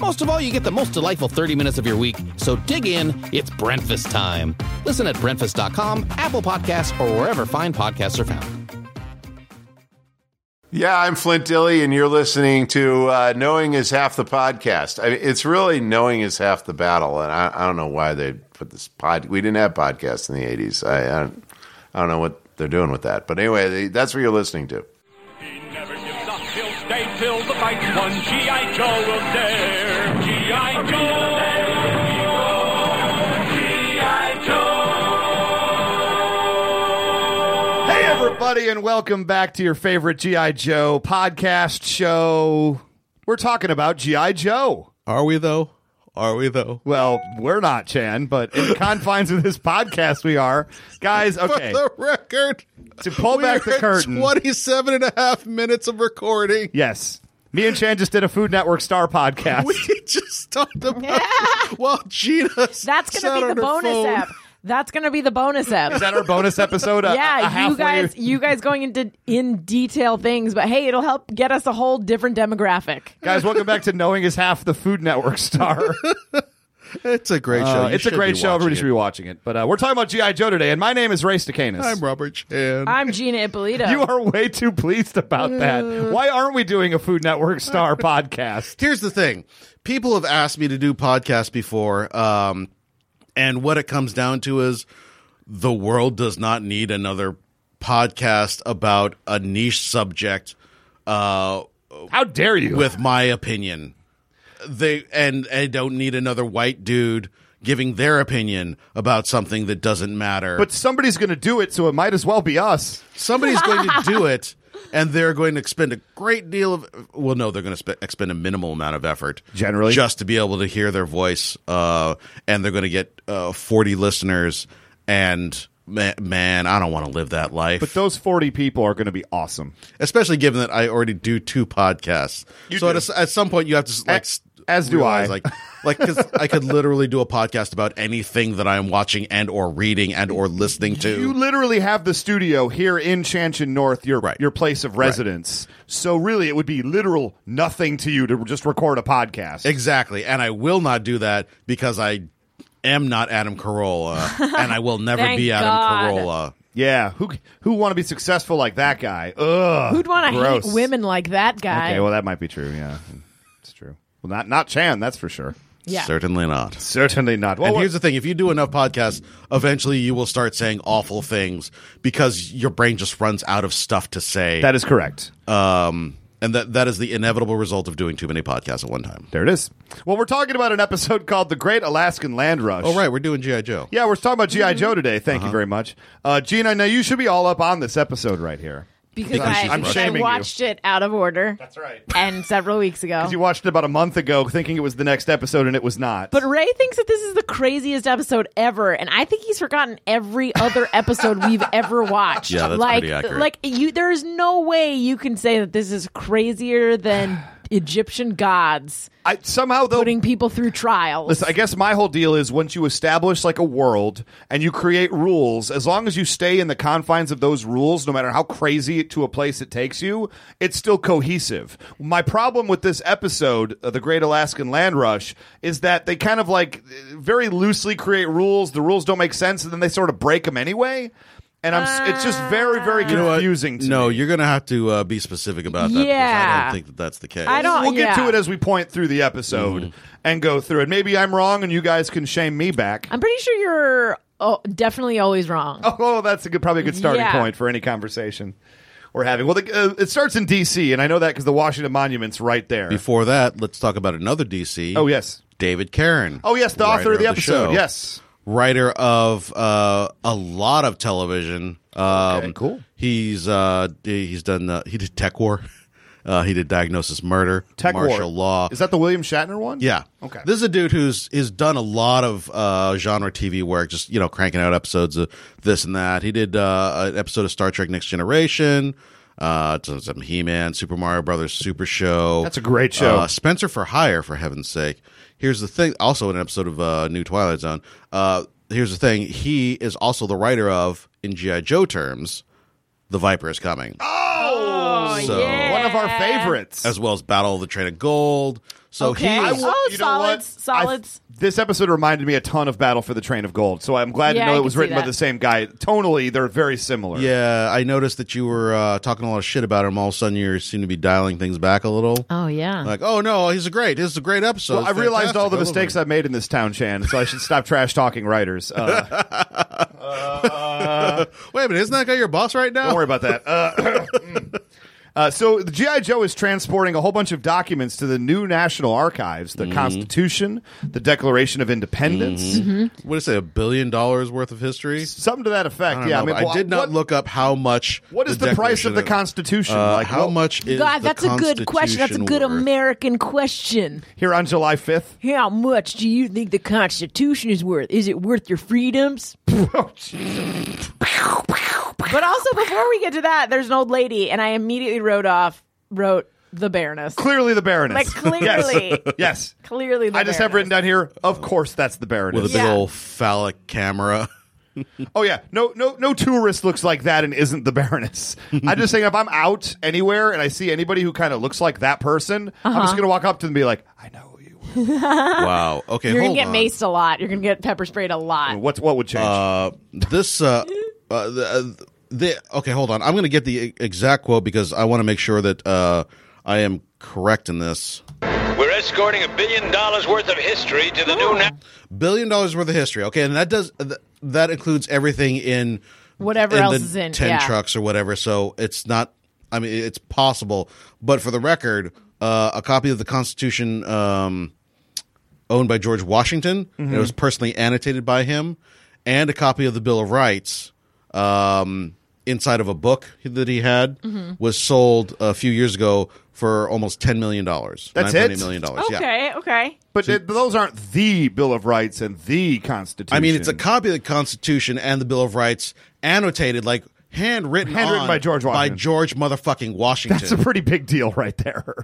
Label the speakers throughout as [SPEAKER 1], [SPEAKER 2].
[SPEAKER 1] Most of all, you get the most delightful 30 minutes of your week. So dig in, it's breakfast time. Listen at breakfast.com, Apple Podcasts, or wherever fine podcasts are found.
[SPEAKER 2] Yeah, I'm Flint Dilly, and you're listening to uh, "Knowing Is Half the Podcast." I mean, it's really "Knowing Is Half the Battle," and I, I don't know why they put this pod. We didn't have podcasts in the '80s. I, I, don't, I don't know what they're doing with that, but anyway, they, that's what you're listening to.
[SPEAKER 3] He never gives up. He'll stay till the fight's won. G.I. Joe will dare. G.I. Joe. G.I. Joe.
[SPEAKER 4] Hey, everybody, and welcome back to your favorite G.I. Joe podcast show. We're talking about G.I. Joe.
[SPEAKER 5] Are we though? Are we though?
[SPEAKER 4] Well, we're not, Chan, but in the confines of this podcast, we are. Guys, okay.
[SPEAKER 5] For the record,
[SPEAKER 4] To pull
[SPEAKER 5] we
[SPEAKER 4] back the
[SPEAKER 5] are at
[SPEAKER 4] curtain.
[SPEAKER 5] 27 and a half minutes of recording.
[SPEAKER 4] Yes. Me and Chan just did a Food Network star podcast.
[SPEAKER 5] We just talked about while Gina.
[SPEAKER 6] That's
[SPEAKER 5] sat
[SPEAKER 6] going to
[SPEAKER 5] on
[SPEAKER 6] be the
[SPEAKER 5] her
[SPEAKER 6] bonus
[SPEAKER 5] phone.
[SPEAKER 6] app. That's going to be the bonus app.
[SPEAKER 4] Is that our bonus episode? A- a
[SPEAKER 6] yeah, you
[SPEAKER 4] halfway-
[SPEAKER 6] guys, you guys going into in detail things, but hey, it'll help get us a whole different demographic.
[SPEAKER 4] Guys, welcome back to Knowing Is Half the Food Network star.
[SPEAKER 5] It's a great show.
[SPEAKER 4] Uh,
[SPEAKER 5] You
[SPEAKER 4] it's a
[SPEAKER 5] should
[SPEAKER 4] great
[SPEAKER 5] be
[SPEAKER 4] show.
[SPEAKER 5] watching
[SPEAKER 4] Everybody
[SPEAKER 5] it.
[SPEAKER 4] should be watching it. But uh, we're talking about G.I. Joe today, and my name is Ray Stacanis.
[SPEAKER 5] I'm Robert Chan.
[SPEAKER 6] I'm Gina Ippolito.
[SPEAKER 4] You are way too pleased about that.
[SPEAKER 5] Uh.
[SPEAKER 4] Why aren't we doing a Food Network star podcast?
[SPEAKER 5] Here's the thing: people have asked me to do podcasts before, um, and what it comes down to is the world does not need another podcast about a niche subject. Uh,
[SPEAKER 4] How dare you?
[SPEAKER 5] with my opinion. They and I don't need another white dude giving their opinion about something that doesn't matter.
[SPEAKER 4] but somebody's going to do it, so it might as well be us.
[SPEAKER 5] somebody's going to do it, and they're going to expend a great deal of well, no, they're going to sp- expend a minimal amount of effort
[SPEAKER 4] Generally.
[SPEAKER 5] just to be able to hear their voice, uh, and they're going to get uh, forty listeners. And man, man I don't want to live that life,
[SPEAKER 4] But those 40 people are going to be awesome.
[SPEAKER 5] especially given that I already do two podcasts. so At, a, at some point, you have to like
[SPEAKER 4] As-
[SPEAKER 5] s-
[SPEAKER 4] as do
[SPEAKER 5] realize,
[SPEAKER 4] I.
[SPEAKER 5] Like, like because I could literally do a podcast about anything that I am watching and or reading and or listening to.
[SPEAKER 4] You literally have the studio here in Shanshan North, your
[SPEAKER 5] Right.
[SPEAKER 4] your place of residence. So really, it would be literal nothing to you to just record a podcast.
[SPEAKER 5] exactly, and I will not do that because I am not Adam Carolla, and I will never
[SPEAKER 6] Thank
[SPEAKER 5] be Adam
[SPEAKER 6] God.
[SPEAKER 5] Carolla.
[SPEAKER 4] yeah, who who want to be successful like that guy? Ugh,
[SPEAKER 6] Who'd want to hate
[SPEAKER 4] gross.
[SPEAKER 6] women like that guy?
[SPEAKER 4] Okay, well that might be true. Yeah, it's true. Well, not not Chan, that's for sure.
[SPEAKER 6] yeah.
[SPEAKER 5] Certainly not.
[SPEAKER 4] Certainly not. Well,
[SPEAKER 5] And
[SPEAKER 4] what-
[SPEAKER 5] here's the thing: if you do enough podcasts, eventually you will start saying awful things because your brain just runs out of stuff to say.
[SPEAKER 4] that is correct.
[SPEAKER 5] Um, and that that is the inevitable result of doing too many podcasts at one time.
[SPEAKER 4] There it is. Well, we're talking about an episode called "The Great Alaskan Land Rush."
[SPEAKER 5] Oh, right, Uh-huh. we're doing GI Joe.
[SPEAKER 4] Yeah, we're talking about GI Joe today. Thank you very much, uh, Gina. Now you should be all up on this episode right here.
[SPEAKER 6] because,
[SPEAKER 5] Because
[SPEAKER 6] I,
[SPEAKER 5] she's I'm
[SPEAKER 6] I
[SPEAKER 4] shaming you.
[SPEAKER 6] watched it out of order
[SPEAKER 4] right.
[SPEAKER 6] and several weeks ago.
[SPEAKER 4] You watched it about a month ago, thinking it was the next episode, and it was not.
[SPEAKER 6] But Ray thinks that this is the craziest episode ever, and I think he's forgotten every other episode we've ever watched.
[SPEAKER 5] Yeah, that's
[SPEAKER 6] like,
[SPEAKER 5] pretty accurate.
[SPEAKER 6] Like you, there is no way you can say that this is crazier than Egyptian gods
[SPEAKER 4] I, somehow though,
[SPEAKER 6] putting people through trials.
[SPEAKER 4] Listen, I guess my whole deal is once you establish like a world and you create rules, as long as you stay in the confines of those rules, no matter how crazy to a place it takes you, it's still cohesive. My problem with this episode, uh, The Great Alaskan Land Rush, is that they kind of like uh, very loosely create rules. The rules don't make sense and then they sort of break them anyway. and I'm. s it's just very, very
[SPEAKER 5] You know what?
[SPEAKER 4] confusing. to
[SPEAKER 5] no,
[SPEAKER 4] me.
[SPEAKER 5] you're going to have to uh, be specific about that. because I
[SPEAKER 6] Yeah.
[SPEAKER 5] don't think that that's the case.
[SPEAKER 6] I don't-
[SPEAKER 4] We'll get
[SPEAKER 6] yeah.
[SPEAKER 4] to it as we point through the episode
[SPEAKER 5] Mm-hmm.
[SPEAKER 4] and go through it. Maybe I'm wrong, and you guys can shame me back.
[SPEAKER 6] I'm pretty sure you're oh, definitely always wrong.
[SPEAKER 4] Oh, that's a good, probably a good starting
[SPEAKER 6] Yeah.
[SPEAKER 4] point for any conversation we're having. Well, the, uh, it starts in D.C., and I know that because the Washington Monument's right there.
[SPEAKER 5] Before that, let's talk about another DC.
[SPEAKER 4] Oh, yes.
[SPEAKER 5] David Karen.
[SPEAKER 4] Oh, yes, the author
[SPEAKER 5] writer
[SPEAKER 4] of the episode.
[SPEAKER 5] show.
[SPEAKER 4] yes.
[SPEAKER 5] writer of uh, a lot of television. Um,
[SPEAKER 4] Okay, cool.
[SPEAKER 5] He's uh, d- he's done uh, he did Tech War. Uh, he did Diagnosis Murder,
[SPEAKER 4] Tech War.
[SPEAKER 5] Martial Law.
[SPEAKER 4] Is that the William Shatner one?
[SPEAKER 5] yeah.
[SPEAKER 4] Okay.
[SPEAKER 5] This is a dude who's is done a lot of uh, genre TV work, just you know, cranking out episodes of this and that. He did uh, an episode of Star Trek: Next Generation, uh, done some He Man, Super Mario Brothers, Super Show.
[SPEAKER 4] That's a great show.
[SPEAKER 5] Uh, Spencer for Hire, for heaven's sake. Here's the thing. Also, an episode of uh, New Twilight Zone. Uh, here's the thing. He is also the writer of, in GI Joe terms, "The Viper is Coming,"
[SPEAKER 6] Oh,
[SPEAKER 5] So-
[SPEAKER 6] yeah.
[SPEAKER 4] One of our favorites.
[SPEAKER 5] uh, as well as "Battle of the Train of Gold." So
[SPEAKER 6] Okay.
[SPEAKER 5] he
[SPEAKER 4] I
[SPEAKER 5] is
[SPEAKER 4] will-
[SPEAKER 6] Oh,
[SPEAKER 4] you know what?
[SPEAKER 6] solids,
[SPEAKER 4] I-
[SPEAKER 6] solids.
[SPEAKER 4] this episode reminded me a ton of Battle for the Train of Gold, so I'm glad to
[SPEAKER 6] Yeah, I
[SPEAKER 4] know it
[SPEAKER 6] can
[SPEAKER 4] was
[SPEAKER 6] see
[SPEAKER 4] written by
[SPEAKER 6] that.
[SPEAKER 4] the same guy. Tonally, they're very similar.
[SPEAKER 5] Yeah, I noticed that you were uh, talking a lot of shit about him. All of a sudden, you seem to be dialing things back a little.
[SPEAKER 6] Oh yeah.
[SPEAKER 5] Like, oh no, he's a great. This is a great episode.
[SPEAKER 4] Uh-huh. Well, I
[SPEAKER 5] It's
[SPEAKER 4] realized all the
[SPEAKER 5] fantastic.
[SPEAKER 4] mistakes
[SPEAKER 5] I
[SPEAKER 4] I've made in this town, Shan, so I should stop trash talking writers. Uh,
[SPEAKER 5] love him. Wait a minute, isn't that guy your boss right now?
[SPEAKER 4] Don't worry about that. Uh, uh, so the GI Joe is transporting a whole bunch of documents to the new National Archives:
[SPEAKER 5] Mm-hmm.
[SPEAKER 4] the Constitution, the Declaration of Independence,
[SPEAKER 5] What did I say? A billion dollars worth of history.
[SPEAKER 4] something to that effect.
[SPEAKER 5] I don't
[SPEAKER 4] yeah,
[SPEAKER 5] know, but I,
[SPEAKER 4] well,
[SPEAKER 5] did not
[SPEAKER 4] what-
[SPEAKER 5] look up how much.
[SPEAKER 4] What is the, price of the
[SPEAKER 5] Declaration
[SPEAKER 4] Constitution?
[SPEAKER 5] Uh,
[SPEAKER 4] like
[SPEAKER 5] how
[SPEAKER 4] well,
[SPEAKER 5] much is
[SPEAKER 6] God,
[SPEAKER 5] the
[SPEAKER 6] that's a good question. That's a good
[SPEAKER 5] Constitution worth?
[SPEAKER 6] American question.
[SPEAKER 4] here on July fifth?
[SPEAKER 6] How much do you think the Constitution is worth? Is it worth your freedoms? but also, before we get to that, there's an old lady, and I immediately wrote off, wrote the Baroness.
[SPEAKER 4] Clearly, the Baroness.
[SPEAKER 6] Like, clearly.
[SPEAKER 4] yes. yes.
[SPEAKER 6] Clearly, the
[SPEAKER 4] I just have written
[SPEAKER 6] Baroness.
[SPEAKER 4] down here. Of course, that's the Baroness.
[SPEAKER 5] with a big
[SPEAKER 6] Yeah.
[SPEAKER 5] old phallic camera.
[SPEAKER 4] Oh yeah, no, no, no tourist looks like that and isn't the Baroness. I'm just saying, if I'm out anywhere and I see anybody who kind of looks like that person, I'm
[SPEAKER 5] Uh-huh.
[SPEAKER 4] just gonna walk up to them and be like, "I know who you." Were.
[SPEAKER 5] wow. Okay,
[SPEAKER 6] You're
[SPEAKER 5] hold
[SPEAKER 6] gonna get
[SPEAKER 5] on.
[SPEAKER 6] maced a lot. You're gonna get pepper sprayed a lot.
[SPEAKER 4] What's what would change?
[SPEAKER 5] Uh, this uh, uh, the, uh, the okay, hold on. I'm going to get the e- exact quote because I want to make sure that uh, I am correct in this.
[SPEAKER 7] We're escorting a billion dollars worth of history to the
[SPEAKER 8] Oh.
[SPEAKER 7] new. Na-
[SPEAKER 5] Billion dollars worth of history. Okay, and that does th- that includes everything in
[SPEAKER 6] Whatever
[SPEAKER 5] in
[SPEAKER 6] else
[SPEAKER 5] the
[SPEAKER 6] is in,
[SPEAKER 5] ten
[SPEAKER 6] yeah.
[SPEAKER 5] trucks or whatever. So it's not. I mean, it's possible, but for the record, uh, a copy of the Constitution um, owned by George Washington, and it was personally annotated by him, and a copy of the Bill of Rights um, inside of a book that he had
[SPEAKER 6] Mm-hmm.
[SPEAKER 5] was sold a few years ago for almost ten million dollars.
[SPEAKER 4] That's it?
[SPEAKER 5] $9.8 million dollars. Yeah.
[SPEAKER 6] Okay, okay.
[SPEAKER 4] but it, those aren't the Bill of Rights and the Constitution.
[SPEAKER 5] I mean, it's a copy of the Constitution and the Bill of Rights, annotated like handwritten,
[SPEAKER 4] Handwritten
[SPEAKER 5] on
[SPEAKER 4] by George Washington.
[SPEAKER 5] by George motherfucking Washington.
[SPEAKER 4] that's a pretty big deal right there.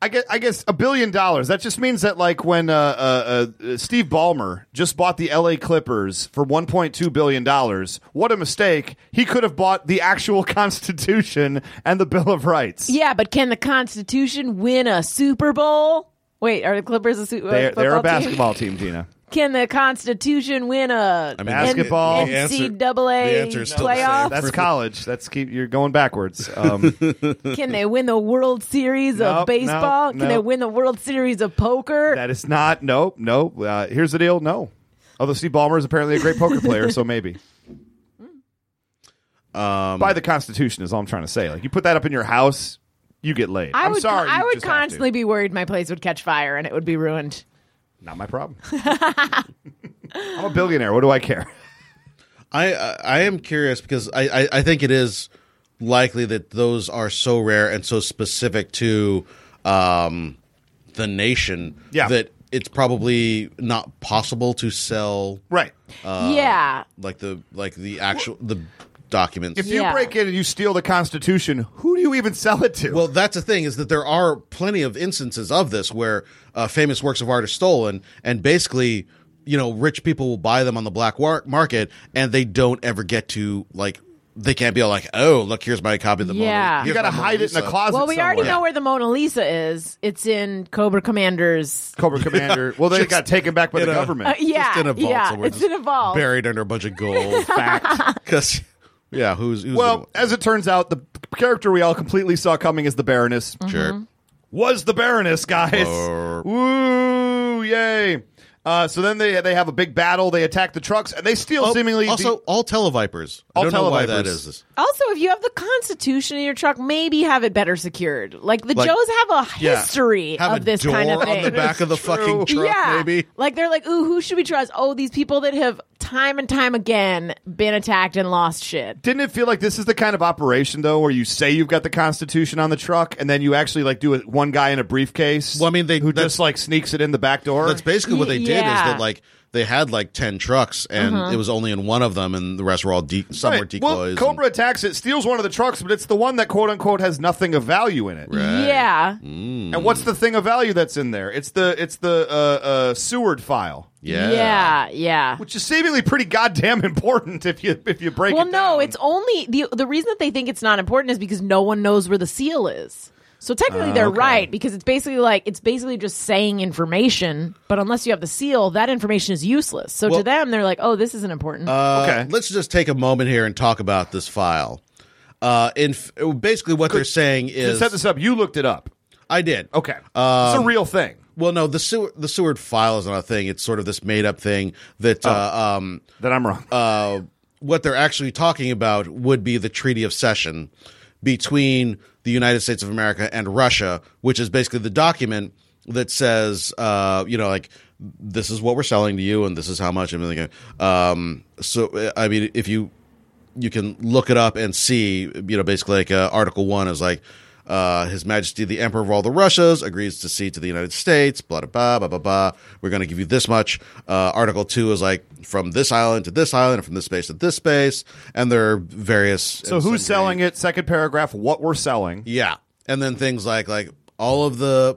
[SPEAKER 4] I guess, I guess a billion dollars. That just means that, like, when uh, uh, uh, Steve Ballmer just bought the L.A. Clippers for 1.2 billion dollars, what a mistake! He could have bought the actual Constitution and the Bill of Rights.
[SPEAKER 6] Yeah, but can the Constitution win a Super Bowl? Wait, are the Clippers a Super
[SPEAKER 4] they're, they're a
[SPEAKER 6] Team?
[SPEAKER 4] basketball team, Gina.
[SPEAKER 6] Can the Constitution win a
[SPEAKER 5] I mean,
[SPEAKER 4] Basketball.
[SPEAKER 5] the answer-
[SPEAKER 6] NCAA
[SPEAKER 5] the answer is still the same.
[SPEAKER 6] playoff?
[SPEAKER 4] That's college. That's keep. You're going backwards. Um,
[SPEAKER 6] Can they win the World Series
[SPEAKER 4] Nope,
[SPEAKER 6] of baseball?
[SPEAKER 4] nope,
[SPEAKER 6] Can
[SPEAKER 4] nope.
[SPEAKER 6] they win the World Series of poker?
[SPEAKER 4] that is not. Nope. Nope. Uh, here's the deal. No. Although Steve Ballmer is apparently a great poker player, so maybe.
[SPEAKER 5] Um,
[SPEAKER 4] by the Constitution is all I'm trying to say. Like you put that up in your house, you get laid.
[SPEAKER 6] I
[SPEAKER 4] am
[SPEAKER 6] would.
[SPEAKER 4] sorry.
[SPEAKER 6] I
[SPEAKER 4] you
[SPEAKER 6] would
[SPEAKER 4] just have to.
[SPEAKER 6] constantly be worried my place would catch fire and it would be ruined.
[SPEAKER 4] Not my problem. I'm a billionaire. What do I care?
[SPEAKER 5] I, I I am curious because I, I I think it is likely that those are so rare and so specific to um, the nation
[SPEAKER 4] Yeah.
[SPEAKER 5] that it's probably not possible to sell
[SPEAKER 4] Right.
[SPEAKER 6] yeah.
[SPEAKER 5] like the like the actual the documents.
[SPEAKER 4] If you
[SPEAKER 6] Yeah.
[SPEAKER 4] break in and you steal the Constitution, who do you even sell it to?
[SPEAKER 5] Well, that's the thing is that there are plenty of instances of this where uh, famous works of art are stolen, and basically, you know, rich people will buy them on the black war- market, and they don't ever get to like they can't be all like, oh, look, here's my copy of the
[SPEAKER 6] Yeah.
[SPEAKER 5] Mona.
[SPEAKER 4] You got to hide it in a closet.
[SPEAKER 6] Well, we already
[SPEAKER 4] somewhere.
[SPEAKER 6] know where the Mona Lisa is. It's in Cobra Commander's.
[SPEAKER 4] Cobra Commander. Well, they
[SPEAKER 5] Just
[SPEAKER 4] got taken back by the
[SPEAKER 5] in a-
[SPEAKER 4] government.
[SPEAKER 6] Uh, yeah,
[SPEAKER 5] Just in a vault
[SPEAKER 6] yeah,
[SPEAKER 5] somewhere,
[SPEAKER 6] it's
[SPEAKER 5] just
[SPEAKER 6] in a vault.
[SPEAKER 5] Buried under a bunch of gold. Fact. Because, yeah, who's, who's
[SPEAKER 4] well,
[SPEAKER 5] gonna-
[SPEAKER 4] as it turns out, the character we all completely saw coming is the Baroness.
[SPEAKER 5] sure.
[SPEAKER 4] was the Baroness, guys. Woo! Yay! Uh, so then they they have a big battle. They attack the trucks and they steal
[SPEAKER 5] Oh,
[SPEAKER 4] seemingly the-
[SPEAKER 5] also, all televipers.
[SPEAKER 4] All
[SPEAKER 5] I don't know why that
[SPEAKER 4] televipers.
[SPEAKER 5] is.
[SPEAKER 6] Also, if you have the Constitution in your truck, maybe have it better secured. Like the
[SPEAKER 5] Like-
[SPEAKER 6] Joes have a
[SPEAKER 5] Yeah.
[SPEAKER 6] history
[SPEAKER 5] Have
[SPEAKER 6] of
[SPEAKER 5] a
[SPEAKER 6] this
[SPEAKER 5] door
[SPEAKER 6] kind of
[SPEAKER 5] on
[SPEAKER 6] thing.
[SPEAKER 5] the back of the fucking truck,
[SPEAKER 6] yeah,
[SPEAKER 5] maybe.
[SPEAKER 6] like they're like, ooh, who should we trust? Oh, these people that have time and time again been attacked and lost shit.
[SPEAKER 4] Didn't it feel like this is the kind of operation though, where you say you've got the Constitution on the truck, and then you actually like do it one guy in a briefcase?
[SPEAKER 5] Well, I mean, they-
[SPEAKER 4] who
[SPEAKER 5] that's-
[SPEAKER 4] just like sneaks it in the back door.
[SPEAKER 5] That's basically what
[SPEAKER 6] Y-
[SPEAKER 5] they did. Is
[SPEAKER 6] yeah.
[SPEAKER 5] that like they had like ten trucks, and it was only in one of them, and the rest were all de- some were
[SPEAKER 4] Right.
[SPEAKER 5] decoys.
[SPEAKER 4] Well,
[SPEAKER 5] and-
[SPEAKER 4] Cobra attacks it, steals one of the trucks, but it's the one that quote unquote has nothing of value in it.
[SPEAKER 6] Yeah,
[SPEAKER 4] And what's the thing of value that's in there? It's the it's the uh, uh, Seward file.
[SPEAKER 5] yeah,
[SPEAKER 6] yeah, yeah.
[SPEAKER 4] which is seemingly pretty goddamn important if you if you break
[SPEAKER 6] Well,
[SPEAKER 4] it
[SPEAKER 6] no,
[SPEAKER 4] down.
[SPEAKER 6] it's only the the reason that they think it's not important is because no one knows where the seal is. So technically,
[SPEAKER 4] Ah,
[SPEAKER 6] they're right because it's basically like it's basically just saying information. But unless you have the seal, that information is useless. So
[SPEAKER 5] Well-
[SPEAKER 6] to them, they're like, "Oh, this isn't important."
[SPEAKER 4] okay.
[SPEAKER 5] Let's just take a moment here and talk about this file. Uh, in f- basically, what they're saying
[SPEAKER 4] to
[SPEAKER 5] is,
[SPEAKER 4] set this up, you looked it up.
[SPEAKER 5] I did.
[SPEAKER 4] Okay, Um, it's a real thing.
[SPEAKER 5] Well, no, the Seward, the Seward file is not a thing. It's sort of this made up thing that
[SPEAKER 4] Oh.
[SPEAKER 5] uh, um,
[SPEAKER 4] That I'm wrong.
[SPEAKER 5] uh, what they're actually talking about would be the Treaty of Cession between the United States of America and Russia, which is basically the document that says, uh, you know, like this is what we're selling to you, and this is how much. And everything. um, so uh, I mean, if you you can look it up and see, you know, basically like uh, Article One is like. Uh, His Majesty the Emperor of all the Russias agrees to cede to the United States. Blah blah blah blah blah. blah. We're going to give you this much. Uh, Article two is like from this island to this island, and from this space to this space, and there are various.
[SPEAKER 4] so who's selling it? Second paragraph. What we're selling.
[SPEAKER 5] Yeah, and then things like like all of the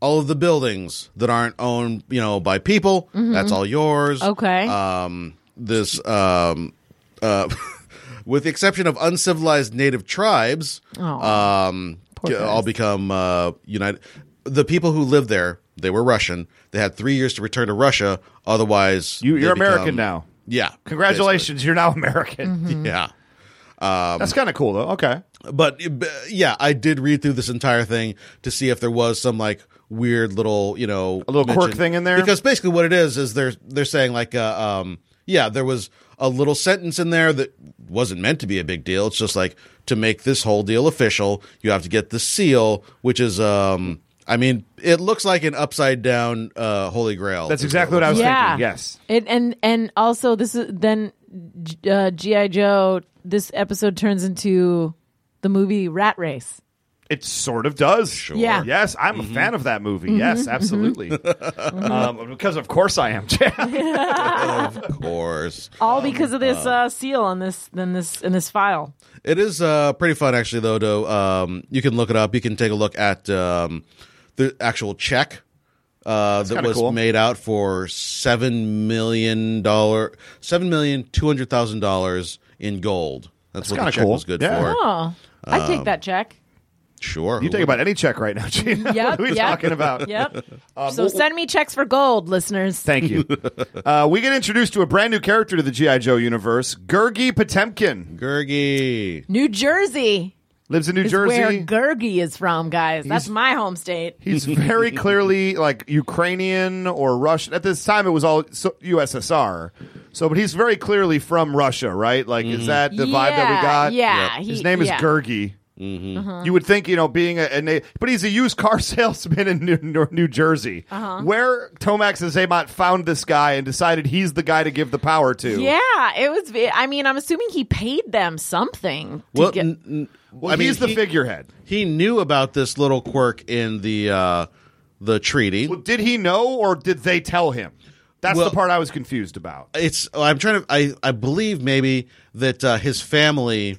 [SPEAKER 5] all of the buildings that aren't owned, you know, by people. That's all yours.
[SPEAKER 6] Mm-hmm. okay,
[SPEAKER 5] Um, this um, uh, with the exception of uncivilized native tribes,
[SPEAKER 6] Oh.
[SPEAKER 4] uh,
[SPEAKER 5] um,
[SPEAKER 6] Poor
[SPEAKER 5] g-
[SPEAKER 6] guys.
[SPEAKER 5] all become uh, united. The people who lived there, they were Russian. They had three years to return to Russia. Otherwise,
[SPEAKER 4] You,
[SPEAKER 5] they
[SPEAKER 4] you're
[SPEAKER 5] become-
[SPEAKER 4] American now.
[SPEAKER 5] Yeah,
[SPEAKER 4] Congratulations, you're now American.
[SPEAKER 5] basically. Yeah.
[SPEAKER 4] That's kind of cool though. Okay,
[SPEAKER 5] but uh, yeah, I did read through this entire thing to see if there was some like weird little, you know,
[SPEAKER 4] A little quirk thing in there?
[SPEAKER 5] Because basically, what it is is they're they're saying like, uh, um, yeah, there was a little sentence in there that wasn't meant to be a big deal. It's just like to make this whole deal official, you have to get the seal, which is, um, I mean, it looks like an upside down uh, holy grail.
[SPEAKER 4] that's exactly what I was
[SPEAKER 6] yeah,
[SPEAKER 4] thinking. Yes.
[SPEAKER 6] It, and and also this is then G- uh, GI Joe. This episode turns into the movie Rat Race.
[SPEAKER 4] It sort of does. Sure. Mm-hmm.
[SPEAKER 6] Yeah. Mm-hmm.
[SPEAKER 4] Yes, I'm a fan of that movie. Yes, absolutely. um, because of course I am.
[SPEAKER 5] of course.
[SPEAKER 6] All because of this uh, seal on this, then this in this file.
[SPEAKER 5] It is uh, pretty fun, actually, though. To um, you can look it up. You can take a look at um, the actual check uh, that
[SPEAKER 4] kinda
[SPEAKER 5] was
[SPEAKER 4] cool.
[SPEAKER 5] made out for seven million dollar, seven million two hundred thousand dollars in gold. That's, what the
[SPEAKER 4] kinda
[SPEAKER 5] check
[SPEAKER 4] cool.
[SPEAKER 5] was good
[SPEAKER 4] Yeah.
[SPEAKER 5] for.
[SPEAKER 6] Oh, I'd
[SPEAKER 4] Um,
[SPEAKER 6] take that check.
[SPEAKER 5] Sure.
[SPEAKER 4] you
[SPEAKER 5] who
[SPEAKER 4] take about any check right now, Gina.
[SPEAKER 6] Yep,
[SPEAKER 4] what are we
[SPEAKER 6] yep.
[SPEAKER 4] talking about? Um,
[SPEAKER 6] Yep. so send me checks for gold, listeners.
[SPEAKER 4] Thank you. uh, we get introduced to a brand new character to the G.I. Joe universe. Gurgi Potemkin
[SPEAKER 5] wouldn't? Gergi.
[SPEAKER 6] New Jersey
[SPEAKER 4] lives in New
[SPEAKER 6] is
[SPEAKER 4] Jersey.
[SPEAKER 6] where Gergi is from, guys. That's my home state.
[SPEAKER 4] He's very clearly like Ukrainian or Russian. At this time, it was all so- USSR. So, but he's very clearly from Russia, right? Like, is that the vibe that we
[SPEAKER 6] Yeah,
[SPEAKER 4] got?
[SPEAKER 6] yeah, Yep.
[SPEAKER 4] His
[SPEAKER 6] he-
[SPEAKER 4] name is
[SPEAKER 6] yeah. Uh-huh.
[SPEAKER 4] Gergi.
[SPEAKER 5] Mm-hmm.
[SPEAKER 4] You would think, you know, being a, a na- but he's a used car salesman in New, New, New Jersey,
[SPEAKER 6] Uh-huh.
[SPEAKER 4] where Tomax and Zaymont found this guy and decided he's the guy to give the power to.
[SPEAKER 6] Yeah, it was. ve- I mean, I'm assuming he paid them something. to
[SPEAKER 5] Well,
[SPEAKER 6] get-
[SPEAKER 5] n- n-
[SPEAKER 4] well,
[SPEAKER 5] I mean,
[SPEAKER 4] he's the
[SPEAKER 5] he-
[SPEAKER 4] figurehead.
[SPEAKER 5] He knew about this little quirk in the uh, the treaty.
[SPEAKER 4] Well, did he know or did they tell him? That's
[SPEAKER 5] Well-
[SPEAKER 4] the part I was confused about.
[SPEAKER 5] it's I'm trying to I I believe maybe that uh, his family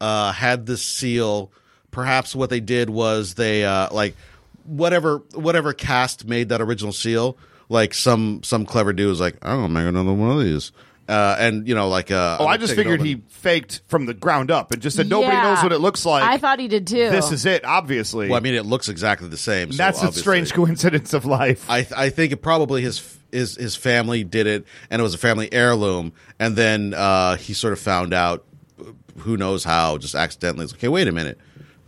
[SPEAKER 5] uh, had this seal. Perhaps what they did was they uh, like whatever whatever cast made that original seal. Like some some clever dude was like, I'm gonna make another one of these, uh, and you know, like uh,
[SPEAKER 4] Oh, I
[SPEAKER 5] like,
[SPEAKER 4] just
[SPEAKER 5] take it
[SPEAKER 4] figured
[SPEAKER 5] over.
[SPEAKER 4] he faked from the ground up and just said nobody
[SPEAKER 6] Yeah.
[SPEAKER 4] knows what it looks like.
[SPEAKER 6] I thought he did too.
[SPEAKER 4] this is it, obviously.
[SPEAKER 5] Well, I mean, it looks exactly the same. so
[SPEAKER 4] that's a
[SPEAKER 5] obviously-
[SPEAKER 4] strange coincidence of life.
[SPEAKER 5] I I think it probably his his his family did it, and it was a family heirloom, and then uh, he sort of found out, who knows how, just accidentally. It's like, okay, wait a minute,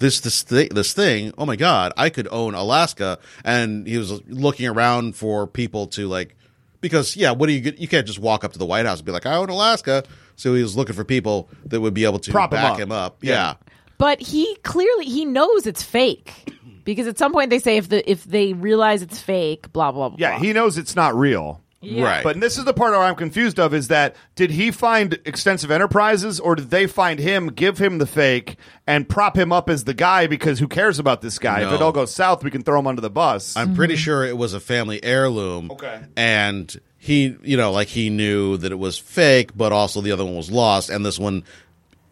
[SPEAKER 5] this this thi- this thing. Oh my God, I could own Alaska, and he was looking around for people to like, because yeah, what do you get? You can't just walk up to the White House and be like, I own Alaska. So he was looking for people that would be able to
[SPEAKER 4] Prop him
[SPEAKER 5] back
[SPEAKER 4] up.
[SPEAKER 5] him up.
[SPEAKER 4] Yeah.
[SPEAKER 5] yeah.
[SPEAKER 6] But he clearly he knows it's fake because at some point they say if the if they realize it's fake, blah blah blah.
[SPEAKER 4] yeah, he knows it's not real.
[SPEAKER 5] Right.
[SPEAKER 4] But this is the part where I'm confused of is that did he find extensive enterprises or did they find him, give him the fake, and prop him up as the guy because who cares about this guy? If
[SPEAKER 5] No.
[SPEAKER 4] it all goes south, we can throw him under the bus.
[SPEAKER 5] I'm pretty sure it was a family heirloom.
[SPEAKER 4] Okay.
[SPEAKER 5] And he, you know, like he knew that it was fake, but also the other one was lost, and this one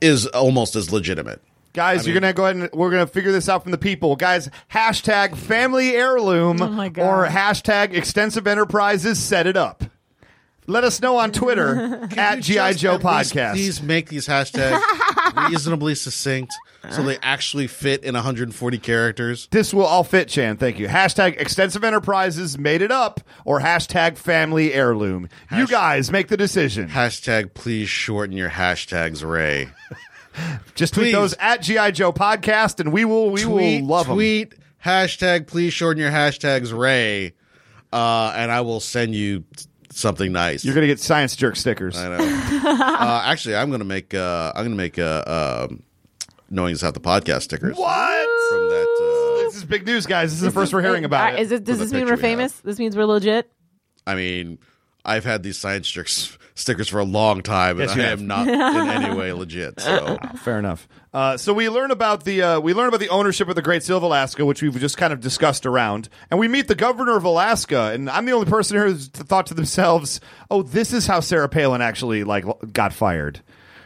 [SPEAKER 5] is almost as legitimate.
[SPEAKER 4] Guys, you're gonna go ahead and we're gonna figure this out from the people. Guys, hashtag family heirloom
[SPEAKER 6] my God.
[SPEAKER 4] or hashtag extensive enterprises set it up. Let us know on Twitter at GI Joe Podcast.
[SPEAKER 5] Please make these hashtags reasonably succinct so they actually fit in 140 characters.
[SPEAKER 4] This will all fit, Chan. Thank you. Hashtag extensive enterprises made it up or hashtag family heirloom. you guys make the decision.
[SPEAKER 5] Hashtag, please shorten your hashtags, Ray.
[SPEAKER 4] Just tweet
[SPEAKER 5] please.
[SPEAKER 4] those at GI Joe Podcast, and we will we will love 'em.
[SPEAKER 5] tweet hashtag please shorten your hashtags ray uh, and i will send you something nice
[SPEAKER 4] You're gonna get science jerk stickers.
[SPEAKER 5] I know. uh, actually, I'm gonna make uh, I'm gonna make uh, um, knowing is how the podcast stickers
[SPEAKER 4] What?
[SPEAKER 5] from that. uh,
[SPEAKER 4] This is big news, guys. This is the first we're hearing about
[SPEAKER 6] Uh, is
[SPEAKER 4] it.
[SPEAKER 6] it, does
[SPEAKER 5] the
[SPEAKER 6] this mean
[SPEAKER 5] picture
[SPEAKER 6] we're
[SPEAKER 5] we
[SPEAKER 6] famous? This means we're legit.
[SPEAKER 5] Uh, I mean, I've had these science stickers stickers for a long time, and
[SPEAKER 4] Yes,
[SPEAKER 5] I
[SPEAKER 4] you have.
[SPEAKER 5] am not in any way legit. So
[SPEAKER 4] Fair enough. Uh, so we learn about the uh, we learn about the ownership of the Great Seal of Alaska, which we've just kind of discussed around, and we meet the governor of Alaska. And I'm the only person here who's thought to themselves, "Oh, this is how Sarah Palin actually like l- got fired."